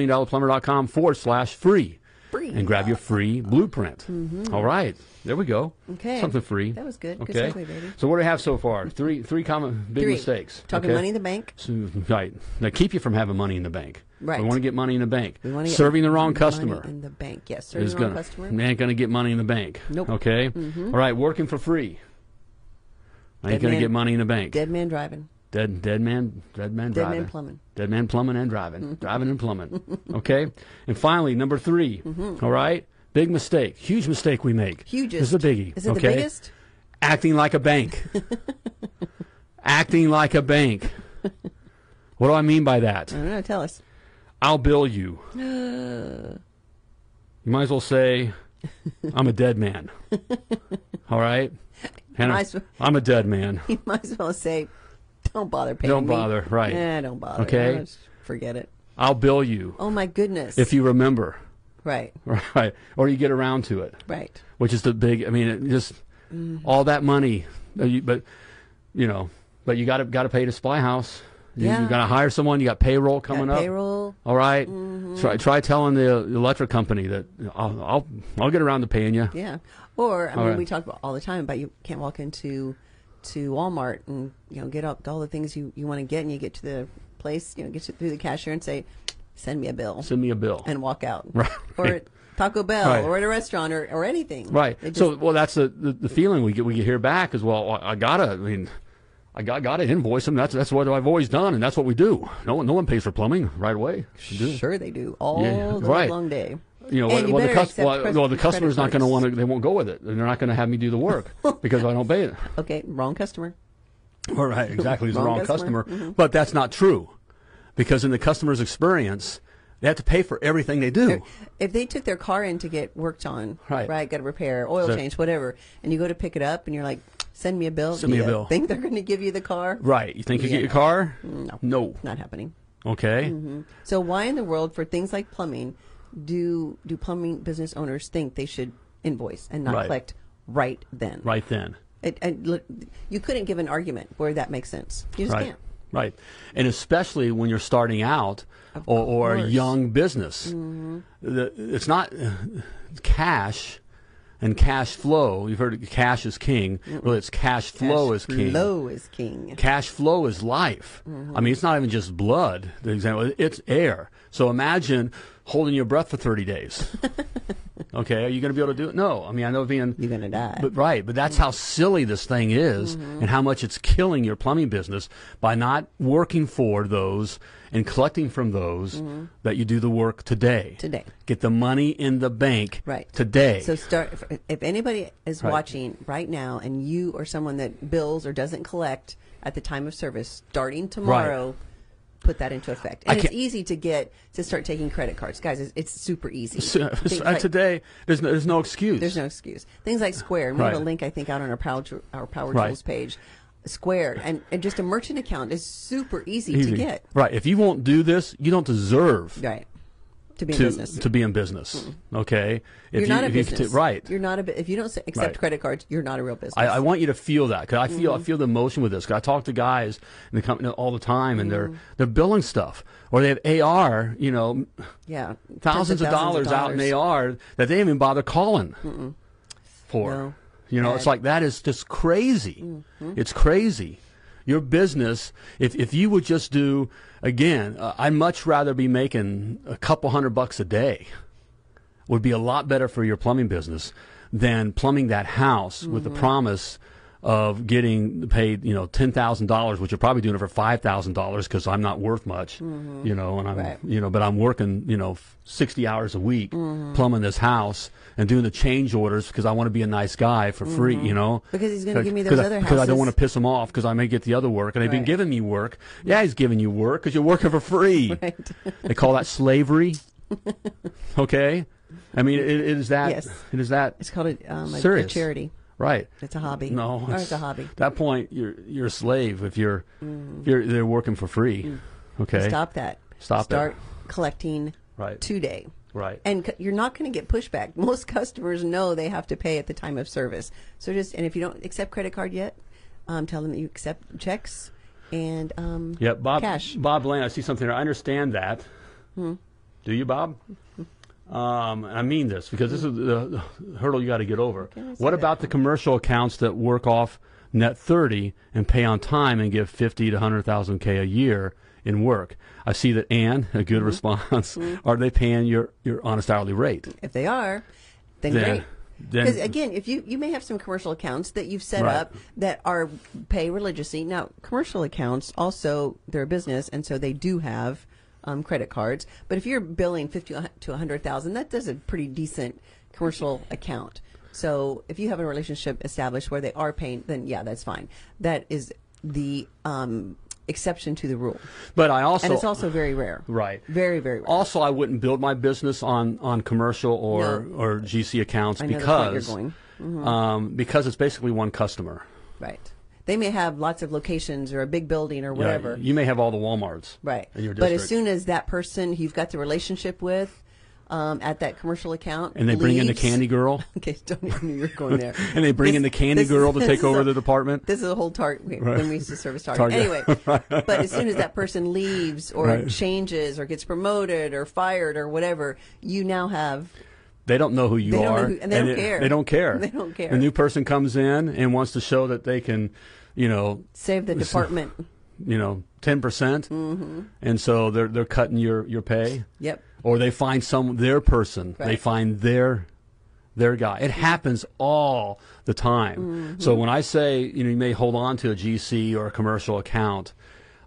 Speaker 1: themilliondollarplumber.com forward slash free.
Speaker 3: Free. Mm-hmm.
Speaker 1: And grab your free blueprint. All right. There we go.
Speaker 3: Okay.
Speaker 1: Something free.
Speaker 3: That was good. Good
Speaker 1: Okay.
Speaker 3: segue, baby.
Speaker 1: So what do we have so far? Three three common big
Speaker 3: Three.
Speaker 1: mistakes.
Speaker 3: Talking
Speaker 1: okay?
Speaker 3: money in the bank.
Speaker 1: So, right. Now keep you from having money in the bank.
Speaker 3: Right.
Speaker 1: We want to get money in the bank.
Speaker 3: We wanna get
Speaker 1: Serving the wrong
Speaker 3: money
Speaker 1: customer
Speaker 3: in the bank. Yes, serving
Speaker 1: is
Speaker 3: the wrong
Speaker 1: gonna
Speaker 3: customer.
Speaker 1: ain't gonna get money in the bank.
Speaker 3: Nope. Mm-hmm.
Speaker 1: Okay. All right. Working for free. Ain't
Speaker 3: Dead
Speaker 1: gonna
Speaker 3: man-
Speaker 1: get money in the bank.
Speaker 3: Dead man driving.
Speaker 1: Dead, dead man, dead man
Speaker 3: Dead man
Speaker 1: driving.
Speaker 3: plumbing. Mm-hmm.
Speaker 1: Dead man plumbing and driving. Driving and plumbing. Okay. And finally, number 3 all right. Big mistake. Huge mistake we make.
Speaker 3: Mm-hmm. Hugest.
Speaker 1: This is a biggie.
Speaker 3: Is it
Speaker 1: okay?
Speaker 3: the biggest?
Speaker 1: Acting like a bank. Acting like a bank. What do I mean by that?
Speaker 3: I don't know. Tell us.
Speaker 1: I'll bill you. you might as well say, I'm a dead man. All right? Hannah,
Speaker 3: Might as well-
Speaker 1: I'm a dead man.
Speaker 3: You might as well say, "Don't bother paying
Speaker 1: Don't
Speaker 3: me."
Speaker 1: bother, right.
Speaker 3: Yeah, don't bother.
Speaker 1: Okay.
Speaker 3: Oh, just forget it.
Speaker 1: I'll bill you
Speaker 3: Oh my goodness.
Speaker 1: if you remember.
Speaker 3: right,
Speaker 1: Right. Or you get around to it,
Speaker 3: right.
Speaker 1: which is the big, I mean, it just
Speaker 3: Mm.
Speaker 1: all that money. uh, you- But, you know, but you got to got to pay to spy house. You,
Speaker 3: Yeah.
Speaker 1: you got to hire someone. You got payroll coming
Speaker 3: Got
Speaker 1: up.
Speaker 3: payroll. Mm-hmm.
Speaker 1: All right? Try try telling the electric company that I'll I'll, I'll get around to paying you.
Speaker 3: Yeah. Or I mean,
Speaker 1: right.
Speaker 3: we talk about all the time about you can't walk into to Walmart and you know get all, all the things you you want to get, and you get to the place, you know, get to, through the cashier and say, "Send me a bill,"
Speaker 1: Send me a bill.
Speaker 3: and walk out.
Speaker 1: Right.
Speaker 3: Or at Taco Bell,
Speaker 1: Right.
Speaker 3: or at a restaurant, or or anything.
Speaker 1: Right.
Speaker 3: It
Speaker 1: so,
Speaker 3: just-
Speaker 1: well, that's the, the, the feeling we get. We get here back as well. I I gotta. I mean, I got gotta invoice them. That's that's what I've always done, and that's what we do. No one no one pays for plumbing right away. You do.
Speaker 3: sure they do all
Speaker 1: Yeah,
Speaker 3: the
Speaker 1: right.
Speaker 3: long day.
Speaker 1: You know,
Speaker 3: And
Speaker 1: well,
Speaker 3: you
Speaker 1: well, the
Speaker 3: better
Speaker 1: cus-
Speaker 3: accept
Speaker 1: well,
Speaker 3: cres-
Speaker 1: well, the
Speaker 3: credit
Speaker 1: customer's not going to
Speaker 3: cards.
Speaker 1: want to. They won't go with it. They're not going to have me do the work because I don't pay it.
Speaker 3: Okay, wrong customer.
Speaker 1: All right, exactly. He's the
Speaker 3: Wrong
Speaker 1: wrong customer.
Speaker 3: customer. Mm-hmm.
Speaker 1: But that's not true because in the customer's experience, they have to pay for everything they do.
Speaker 3: If they took their car in to get worked on,
Speaker 1: Right.
Speaker 3: got a repair, oil
Speaker 1: So-
Speaker 3: change, whatever, and you go to pick it up, and you're like, "Send me a bill."
Speaker 1: Send
Speaker 3: Do
Speaker 1: me a
Speaker 3: you
Speaker 1: bill.
Speaker 3: Think they're going to give you the car?
Speaker 1: Right. You think you
Speaker 3: Yeah.
Speaker 1: get your car?
Speaker 3: No. Mm-hmm.
Speaker 1: No.
Speaker 3: Not happening. Mm.
Speaker 1: Okay.
Speaker 3: So why in the world for things like plumbing do do plumbing business owners think they should invoice and not
Speaker 1: Right.
Speaker 3: clicked right then.
Speaker 1: right then.
Speaker 3: It, and look, you couldn't give an argument where that makes sense. You just
Speaker 1: right.
Speaker 3: can't.
Speaker 1: Right. And especially when you're starting out or, or a
Speaker 3: course. Mm-hmm.
Speaker 1: young business. The, it's not cash and cash flow. You've heard cash is king. Really, it's cash flow
Speaker 3: Cash
Speaker 1: is king.
Speaker 3: Flow Mm-hmm. is king.
Speaker 1: Cash flow is life. I mean, it's not even just blood. The example, it's air. So imagine holding your breath for 30 days. okay, are you going to be able to do it? No. I mean, I know being
Speaker 3: You're gonna die.
Speaker 1: but right, but that's how silly this thing is,
Speaker 3: Mm-hmm.
Speaker 1: and how much it's killing your plumbing business by not working for those and collecting from those that you do the work today.
Speaker 3: Mm-hmm. Today.
Speaker 1: get the money in the bank.
Speaker 3: Right.
Speaker 1: today.
Speaker 3: So start if- if anybody is
Speaker 1: Right.
Speaker 3: watching right now and you are someone that bills or doesn't collect at the time of service starting tomorrow put that into effect.
Speaker 1: I
Speaker 3: And it's
Speaker 1: can't-
Speaker 3: easy to get to start taking credit cards. Guys, it's, it's super easy.
Speaker 1: So-
Speaker 3: Things
Speaker 1: so uh,
Speaker 3: like-
Speaker 1: today, there's no, there's no excuse.
Speaker 3: there's no excuse. Things like Square, and we have
Speaker 1: Right.
Speaker 3: a link I think out on our Power, Ju- our Power
Speaker 1: Right.
Speaker 3: Tools page. Square and, and just a merchant account is super easy,
Speaker 1: Easy.
Speaker 3: to get.
Speaker 1: Right. If you won't do this, you don't deserve
Speaker 3: Right. To be in
Speaker 1: to
Speaker 3: business. Mm-hmm.
Speaker 1: to be in business. Okay. If
Speaker 3: you're
Speaker 1: you,
Speaker 3: not a
Speaker 1: if you
Speaker 3: business.
Speaker 1: t- right.
Speaker 3: You're not a bu- if you don't s- accept
Speaker 1: Right.
Speaker 3: credit cards, you're not a real business.
Speaker 1: I, I want you to feel that because I feel I feel the emotion with this. 'Cause I talk to guys in the company all the time, and they're they're billing stuff or they have AR, you know,
Speaker 3: yeah.
Speaker 1: thousands,
Speaker 3: Tens
Speaker 1: of, dollars out in AR that they didn't even bother calling for.
Speaker 3: No.
Speaker 1: You know, it's
Speaker 3: Bad.
Speaker 1: like that is just crazy. It's crazy. Your business, if if you would just do again, uh, I'd much rather be making a couple hundred bucks a day would be a lot better for your plumbing business than plumbing that house with
Speaker 3: Mm-hmm.
Speaker 1: the promise of getting paid, you know, ten thousand dollars, which you're probably doing it for five thousand dollars because I'm not worth much, you know, and I'm,
Speaker 3: Mm-hmm. Right.
Speaker 1: you know, but I'm working, you know, f- sixty hours a week
Speaker 3: Mm-hmm.
Speaker 1: plumbing this house and doing the change orders because I want to be a nice guy for free, you know,
Speaker 3: Mm-hmm. Because he's gonna give me
Speaker 1: Because
Speaker 3: those
Speaker 1: I-
Speaker 3: other
Speaker 1: because I don't
Speaker 3: houses.
Speaker 1: want to piss him off because I may get the other work and they've been
Speaker 3: Right.
Speaker 1: giving me work. Yeah, he's giving you work because you're working for free.
Speaker 3: Right.
Speaker 1: they call that slavery. Okay, I mean it, it is that.
Speaker 3: Yes.
Speaker 1: It is that.
Speaker 3: It's called a, um, a- a,
Speaker 1: Serious.
Speaker 3: charity.
Speaker 1: right.
Speaker 3: It's a hobby.
Speaker 1: No,
Speaker 3: or it's a hobby. Mm.
Speaker 1: At that point, you're you're a slave if you're if you're they're working for free. Okay.
Speaker 3: Stop that.
Speaker 1: Stop it.
Speaker 3: Start collecting
Speaker 1: Right.
Speaker 3: today.
Speaker 1: Right.
Speaker 3: And c- you're not going to get pushback. Most customers know they have to pay at the time of service. So just and if you don't accept credit card yet, um, tell them that you accept checks and um,
Speaker 1: yeah, Bob.
Speaker 3: cash. Hmm.
Speaker 1: Bob Lane. I see something. there. I understand that. Do you, Bob? Um, I mean this because this is the the hurdle you got to get over.
Speaker 3: I see
Speaker 1: what
Speaker 3: that.
Speaker 1: about the commercial accounts that work off net 30 and pay on time and give 50 to 100,000 K a year in work? I see that Ann, a
Speaker 3: Mm-hmm.
Speaker 1: good response. Are they paying your, your honest hourly rate?
Speaker 3: If they are, then,
Speaker 1: Then-
Speaker 3: great.
Speaker 1: then-
Speaker 3: Because again, if you you may have some commercial accounts that you've set
Speaker 1: Right.
Speaker 3: up that are pay religiously. Now, commercial accounts also they're a business, and so they do have um, credit cards. But if you're billing fifty to a hundred thousand, that does a pretty decent commercial account. So if you have a relationship established where they are paying, then yeah, that's fine. That is the um, exception to the rule,
Speaker 1: But I also
Speaker 3: and it's also very rare.
Speaker 1: Right.
Speaker 3: Very very rare.
Speaker 1: Also, I wouldn't build my business on, on commercial or,
Speaker 3: No.
Speaker 1: or GC accounts
Speaker 3: I know that's where you're
Speaker 1: because
Speaker 3: going. Mm-hmm.
Speaker 1: um, because it's basically one customer.
Speaker 3: Right. They may have lots of locations or a big building or
Speaker 1: You know,
Speaker 3: whatever.
Speaker 1: you may have all the WalMarts.
Speaker 3: right.
Speaker 1: In your
Speaker 3: But as
Speaker 1: district.
Speaker 3: soon as that person who you've got the relationship with um, at that commercial account
Speaker 1: and they bring in the
Speaker 3: leaves-
Speaker 1: candy girl.
Speaker 3: Okay, don't even know you're going there.
Speaker 1: And they bring in the candy girl to
Speaker 3: this
Speaker 1: take
Speaker 3: is
Speaker 1: over
Speaker 3: a-
Speaker 1: the department?
Speaker 3: This is a whole target when we used to service target.
Speaker 1: Target.
Speaker 3: Anyway, but as soon as that person leaves or
Speaker 1: Right.
Speaker 3: changes or gets promoted or fired or whatever, you now have
Speaker 1: They don't know who you
Speaker 3: They don't know
Speaker 1: are,
Speaker 3: who- and they don't
Speaker 1: it-
Speaker 3: care.
Speaker 1: They don't care.
Speaker 3: They don't care.
Speaker 1: The new person comes in and wants to show that they can, you know,
Speaker 3: saved the department.
Speaker 1: you know, ten percent, and so they're they're cutting your your pay.
Speaker 3: Mm-hmm. Yep.
Speaker 1: Or they find some their person. They
Speaker 3: Right.
Speaker 1: find their their guy. It happens all the time.
Speaker 3: Mm-hmm.
Speaker 1: So when I say you know you may hold on to a GC or a commercial account.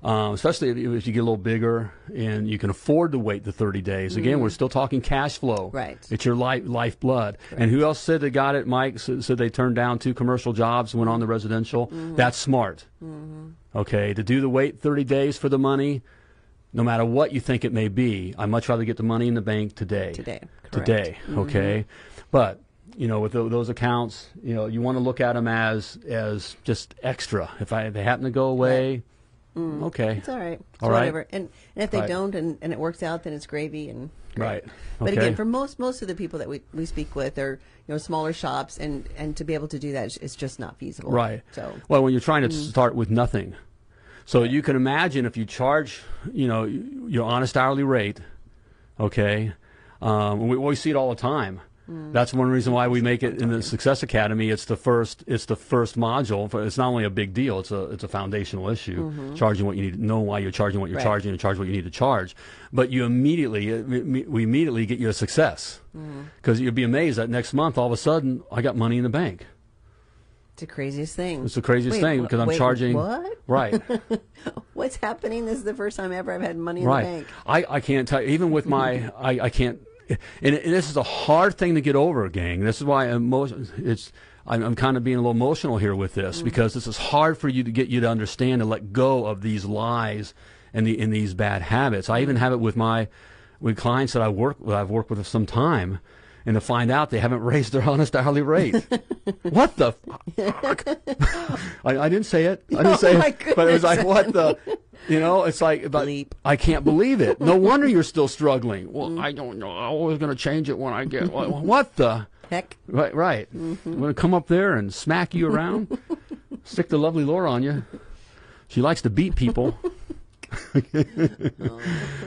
Speaker 1: Um, especially if you if you get a little bigger and you can afford to wait the 30 days. Again, we're still talking cash flow.
Speaker 3: Mm-hmm. Right.
Speaker 1: It's your life lifeblood. And who else said they got it? Mike said, said they turned down two commercial jobs and went on the residential.
Speaker 3: Mm-hmm.
Speaker 1: That's smart. Okay, to do the wait 30 days for the money, no matter what you think it may be, I much rather get the money in the bank today.
Speaker 3: Today, correct. Mm-hmm.
Speaker 1: Today, okay? But, you know, with tho- those accounts, you know, you want to look at them as as just extra. If I they happen to go away, okay.
Speaker 3: Mm. It's all right. It's
Speaker 1: All right.
Speaker 3: Whatever. And, and if they
Speaker 1: Right.
Speaker 3: don't and, and it works out, then it's gravy. And great.
Speaker 1: Right.
Speaker 3: But
Speaker 1: Okay.
Speaker 3: again, for most most of the people that we, we speak with are you know smaller shops, and and to be able to do that is, is just not feasible.
Speaker 1: Right.
Speaker 3: So mm.
Speaker 1: well, when you're trying to start with nothing, so you can imagine if you charge, you know, y- your honest hourly rate. Okay, um, we, we see it all the time.
Speaker 3: Mm.
Speaker 1: That's one reason why we make it in the Success Academy. It's the first. It's the first module. For, it's not only a big deal. It's a. It's a foundational issue. Charging what you need. Know why you're charging what you're
Speaker 3: Mm-hmm. Right.
Speaker 1: charging, and charge what you need to charge. But you immediately. uh, me- me- We immediately get you a success
Speaker 3: Mm-hmm.
Speaker 1: because you'd be amazed that next month, all of a sudden, I got money in the bank.
Speaker 3: it's the craziest thing.
Speaker 1: It's the craziest
Speaker 3: Wait,
Speaker 1: thing
Speaker 3: wha-
Speaker 1: because I'm
Speaker 3: wait,
Speaker 1: charging.
Speaker 3: What?
Speaker 1: Right,
Speaker 3: What's happening? This is the first time ever I've had money in the
Speaker 1: right.
Speaker 3: bank.
Speaker 1: I, I can't tell. Even with my, I, I can't. And, and this is a hard thing to get over, gang. This is why emotion. It's I'm, I'm kind of being a little emotional here with this
Speaker 3: Mm-hmm.
Speaker 1: because this is hard for you to get you to understand and let go of these lies and the and these bad habits. I
Speaker 3: Mm-hmm.
Speaker 1: even have it with my with clients that I work that I've worked with for some time. And to find out they haven't raised their honest hourly rate. what the fuck? I, I didn't say it. I didn't
Speaker 3: Oh,
Speaker 1: say
Speaker 3: my
Speaker 1: it. But it was like, what the? You know, it's like, but
Speaker 3: Bleep.
Speaker 1: I can't believe it. No wonder you're still struggling. Well, I don't know. I'm always going to change it when I get. What, what the?
Speaker 3: Heck.
Speaker 1: Right, right. I'm going to come up there and smack you around, stick the lovely Laura on you. She likes to beat people.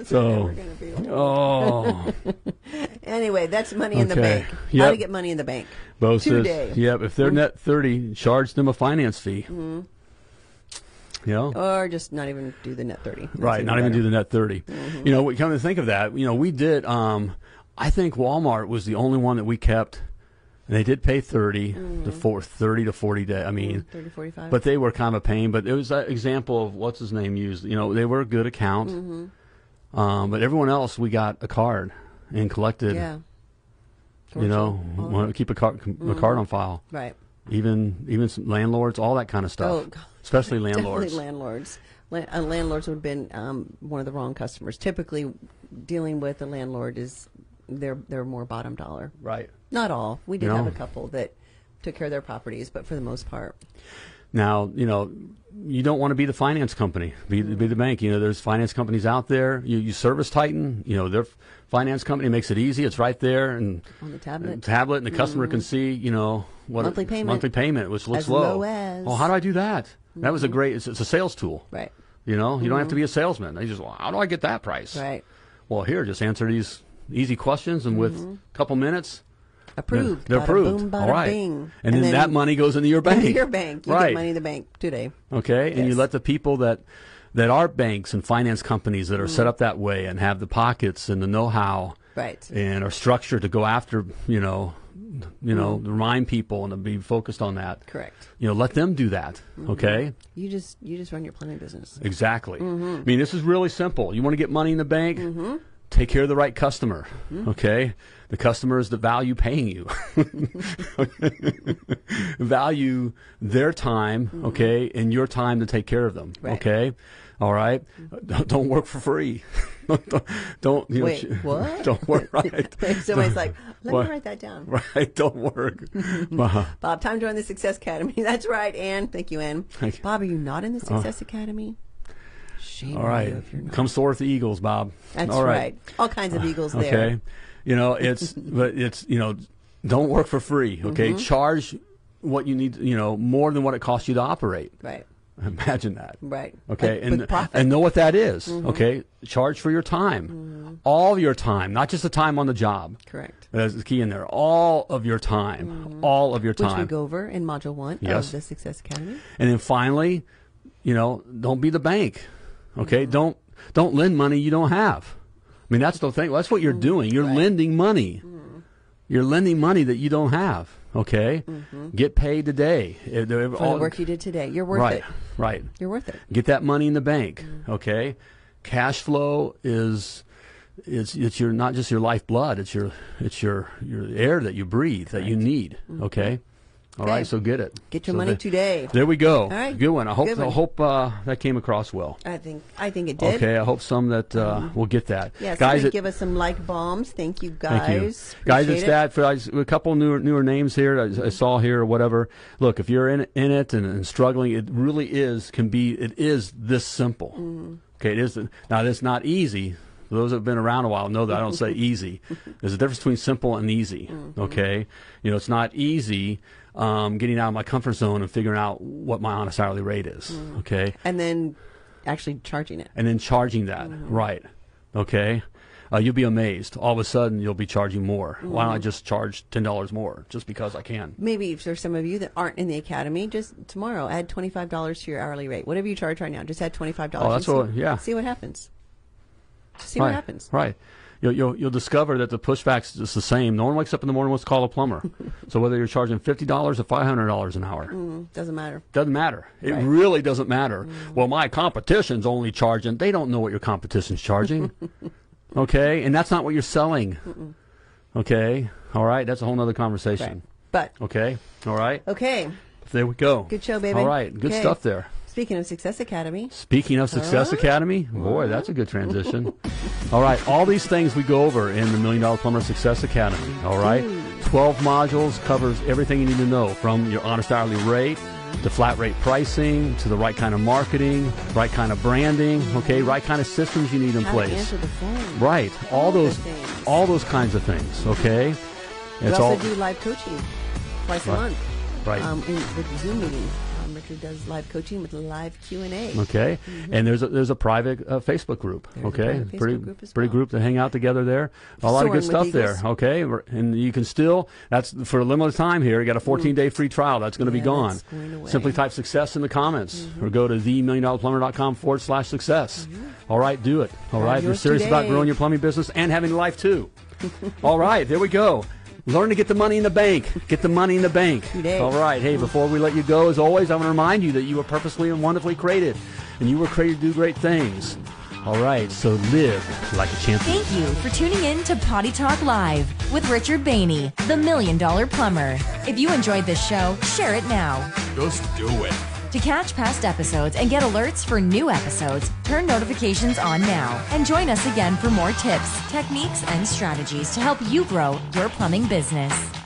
Speaker 1: So-
Speaker 3: We're gonna be over.
Speaker 1: Oh,
Speaker 3: anyway, that's money in the
Speaker 1: Okay.
Speaker 3: bank. How to
Speaker 1: Yep.
Speaker 3: get money in the bank?
Speaker 1: Bo
Speaker 3: Today.
Speaker 1: says, "Yep, if they're net thirty, charge them a finance fee." Yeah.
Speaker 3: Or just not even do the net thirty. That's
Speaker 1: right not even
Speaker 3: better. Mm-hmm.
Speaker 1: do the net 30 you know we come to think of that you know we did um i think walmart was the only one that we kept and they did pay 30
Speaker 3: Mm-hmm.
Speaker 1: to four, 30 to 40 day i mean
Speaker 3: 30, 45.
Speaker 1: but they were kind of a pain but it was that example of what's his name used you know they were a good account
Speaker 3: Mm-hmm.
Speaker 1: um but everyone else we got a card and collected
Speaker 3: yeah.
Speaker 1: you know
Speaker 3: All Mm-hmm.
Speaker 1: wanna keep a card a card on file
Speaker 3: Right.
Speaker 1: even even some landlords all that kind of stuff
Speaker 3: Oh, God.
Speaker 1: especially landlords
Speaker 3: Definitely landlords. Land, uh, landlords would have been um, one of the wrong customers. Typically, dealing with a landlord is they're they're more bottom dollar.
Speaker 1: right
Speaker 3: Not all. We did
Speaker 1: You
Speaker 3: have a
Speaker 1: know.
Speaker 3: couple that took care of their properties, but for the most part,
Speaker 1: Now, you know, you don't want to be the finance company, be,
Speaker 3: Mm-hmm.
Speaker 1: be the bank. You know, there's finance companies out there. You, you service Titan, you know, their f- finance company makes it easy. It's right there and
Speaker 3: on the
Speaker 1: and
Speaker 3: tablet, Mm-hmm.
Speaker 1: tablet, and the customer can see, you know, what
Speaker 3: Monthly payment.
Speaker 1: monthly payment, which looks
Speaker 3: As low as- Mm-hmm.
Speaker 1: Oh, how do I do that? That was a great. It's, it's a sales tool.
Speaker 3: right, Mm-hmm.
Speaker 1: You know, you don't have to be a salesman. They just, well, how do I get that price?
Speaker 3: right,
Speaker 1: Well, here, just answer these easy questions, and with a couple minutes,
Speaker 3: approved.
Speaker 1: they're
Speaker 3: Mm-hmm. Bada
Speaker 1: approved.
Speaker 3: Boom, bada
Speaker 1: All right,
Speaker 3: bing.
Speaker 1: and, then, that money goes into your bank.
Speaker 3: Your bank, you
Speaker 1: right?
Speaker 3: get money in the bank today.
Speaker 1: Okay, and you
Speaker 3: Yes.
Speaker 1: let the people that that are banks and finance companies that are set up that way and have the pockets and the know-how
Speaker 3: Mm. Right.
Speaker 1: and are structured to go after, you know, you know,
Speaker 3: Mm.
Speaker 1: remind people and to be focused on that.
Speaker 3: Correct.
Speaker 1: You know, let them do that.
Speaker 3: Mm-hmm.
Speaker 1: Okay,
Speaker 3: You just you just run your plumbing business.
Speaker 1: exactly.
Speaker 3: Mm-hmm.
Speaker 1: I mean, this is really simple. You want to get money in the bank. Take care of the right customer,
Speaker 3: Mm-hmm.
Speaker 1: okay? The customer is the value paying you. value their time, okay, and your time to take care of them,
Speaker 3: Mm-hmm. Right. Mm-hmm.
Speaker 1: okay? All right? Don't, don't work for free. don't, don't, you know,
Speaker 3: Wait, what?
Speaker 1: Don't work, right?
Speaker 3: Somebody's like, let
Speaker 1: What?
Speaker 3: me write that down.
Speaker 1: right, don't work. Uh-huh.
Speaker 3: Bob, time to join the Success Academy. That's right, Anne. Thank you, Anne.
Speaker 1: Thank you. Oh.
Speaker 3: Bob, are you not in the Success Academy? Shame
Speaker 1: All
Speaker 3: on you
Speaker 1: right.
Speaker 3: if you're not.
Speaker 1: Come soar with the Eagles, Bob.
Speaker 3: That's
Speaker 1: All
Speaker 3: right. All kinds of eagles
Speaker 1: Okay.
Speaker 3: there.
Speaker 1: You know, it's but it's you know, don't work for free. Okay,
Speaker 3: Mm-hmm.
Speaker 1: charge what you need. You know, more than what it costs you to operate.
Speaker 3: Right,
Speaker 1: Imagine that.
Speaker 3: right.
Speaker 1: Okay,
Speaker 3: But-
Speaker 1: and
Speaker 3: but profit. Mm-hmm.
Speaker 1: and know what that is, Okay, charge for your time, all your time, not just the time on the job.
Speaker 3: Correct.
Speaker 1: That's the key in there. All of your time, all of your
Speaker 3: Mm-hmm. Which
Speaker 1: time.
Speaker 3: we go over in Module 1
Speaker 1: Yes.
Speaker 3: of the Success Academy.
Speaker 1: And then finally, you know, don't be the bank. Okay,
Speaker 3: Mm-hmm.
Speaker 1: don't don't lend money you don't have. I mean, that's the thing. That's what
Speaker 3: Mm-hmm.
Speaker 1: you're doing. You're lending money. You're lending money that you don't have. Okay, get paid today. If they're-
Speaker 3: Mm-hmm. For
Speaker 1: all-
Speaker 3: the work you did today. You're worth
Speaker 1: right,
Speaker 3: it. Mm-hmm.
Speaker 1: right.
Speaker 3: You're worth it.
Speaker 1: Get that money in the bank. Okay, cash flow is. It's it's your not just your lifeblood. It's your it's your your air that you breathe that you need. Okay, All right, so get it.
Speaker 3: Mm-hmm. Get your
Speaker 1: So
Speaker 3: money
Speaker 1: the-
Speaker 3: today.
Speaker 1: There we go.
Speaker 3: right.
Speaker 1: Good one. I hope
Speaker 3: Good one.
Speaker 1: I hope uh, that came across well.
Speaker 3: I think I think it did.
Speaker 1: Okay, I hope some that uh, will get that.
Speaker 3: Yeah,
Speaker 1: guys,
Speaker 3: somebody
Speaker 1: it-
Speaker 3: give us some like bombs. Thank you guys.
Speaker 1: Thank you, guys.
Speaker 3: Appreciate
Speaker 1: It's
Speaker 3: it.
Speaker 1: that for guys, a couple newer newer names here I, I saw here or whatever. Look, if you're in in it and, and struggling, it really is can be. It is this simple.
Speaker 3: Mm-hmm.
Speaker 1: Okay, it is now. It's not easy. Those that have been around a while know that I don't say easy. There's a difference between simple and easy.
Speaker 3: Mm-hmm.
Speaker 1: Okay, you know it's not easy um, getting out of my comfort zone and figuring out what my honest hourly rate is.
Speaker 3: Mm-hmm.
Speaker 1: Okay,
Speaker 3: And then actually charging it.
Speaker 1: and then charging that
Speaker 3: Mm-hmm.
Speaker 1: right okay uh, you'll be amazed all of a sudden you'll be charging more why
Speaker 3: Mm-hmm.
Speaker 1: don't i just charge $10 more just because i can
Speaker 3: Maybe if there's some of you that aren't in the academy, just tomorrow add twenty five dollars to your hourly rate. Whatever you charge right now, just add twenty five dollars.
Speaker 1: Oh, that's what-
Speaker 3: see,
Speaker 1: yeah.
Speaker 3: See what happens. Just see
Speaker 1: right.
Speaker 3: what happens.
Speaker 1: right you'll, you'll, you'll discover that the pushback's just the same no one wakes up in the morning and wants to call a plumber so whether you're charging $50 or $500 an hour
Speaker 3: Mm, Doesn't matter.
Speaker 1: doesn't matter it
Speaker 3: Right. Mm.
Speaker 1: really doesn't matter well my competition's only charging they don't know what your competition's charging okay and that's not what you're selling okay all right that's a whole nother
Speaker 3: Right.
Speaker 1: conversation
Speaker 3: But
Speaker 1: okay all right
Speaker 3: okay.
Speaker 1: There we go.
Speaker 3: Good show, baby.
Speaker 1: All right, good
Speaker 3: Okay.
Speaker 1: stuff there.
Speaker 3: Speaking of Success Academy,
Speaker 1: Speaking of Success Academy, boy, that's a good transition. all right, all these things we go over in the Million Dollar Plumber Success Academy. All right, 12 modules covers everything you need to know from your honest hourly rate to flat rate pricing to the right kind of marketing, right kind of branding, okay, right kind of systems you need in
Speaker 3: how to
Speaker 1: place.
Speaker 3: answer the phone.
Speaker 1: Right, all,
Speaker 3: All the
Speaker 1: those,
Speaker 3: things.
Speaker 1: all those kinds of things. Okay,
Speaker 3: We
Speaker 1: it's
Speaker 3: also
Speaker 1: all
Speaker 3: do live coaching twice
Speaker 1: Right.
Speaker 3: a month.
Speaker 1: Right.
Speaker 3: Um, in, with Zoom meetings. Um, Richard does live coaching with live Q and A.
Speaker 1: Okay,
Speaker 3: Mm-hmm.
Speaker 1: and there's a, there's a private uh, Facebook group.
Speaker 3: There's a
Speaker 1: okay,
Speaker 3: private Facebook
Speaker 1: pretty
Speaker 3: group as
Speaker 1: pretty
Speaker 3: well.
Speaker 1: group to hang out together there. A lot of
Speaker 3: Soaring
Speaker 1: good
Speaker 3: with
Speaker 1: stuff there.
Speaker 3: Eagles.
Speaker 1: Okay, We're- and you can still that's for a limited time here. You got a 14 day free trial that's going to be
Speaker 3: Mm-hmm. Yeah,
Speaker 1: gone.
Speaker 3: that's going away. Mm-hmm.
Speaker 1: Simply type success in the comments or go to themilliondollarplumber.com forward slash success. All right, do it. All right, if you're
Speaker 3: Mm-hmm. yours
Speaker 1: serious about
Speaker 3: today.
Speaker 1: growing your plumbing business and having life too. All right, there we go. Learn to get the money in the bank. Get the money in the bank.
Speaker 3: days.
Speaker 1: All right. Hey, before we let you go, as always, I want to remind you that you were purposely and wonderfully created, and you were created to do great things. All right. So live like a champion.
Speaker 4: Thank you for tuning in to Potty Talk Live with Richard Bainey, the Million Dollar Plumber. If you enjoyed this show, share it now.
Speaker 5: Just do it.
Speaker 4: To catch past episodes and get alerts for new episodes, turn notifications on now and join us again for more tips, techniques, and strategies to help you grow your plumbing business.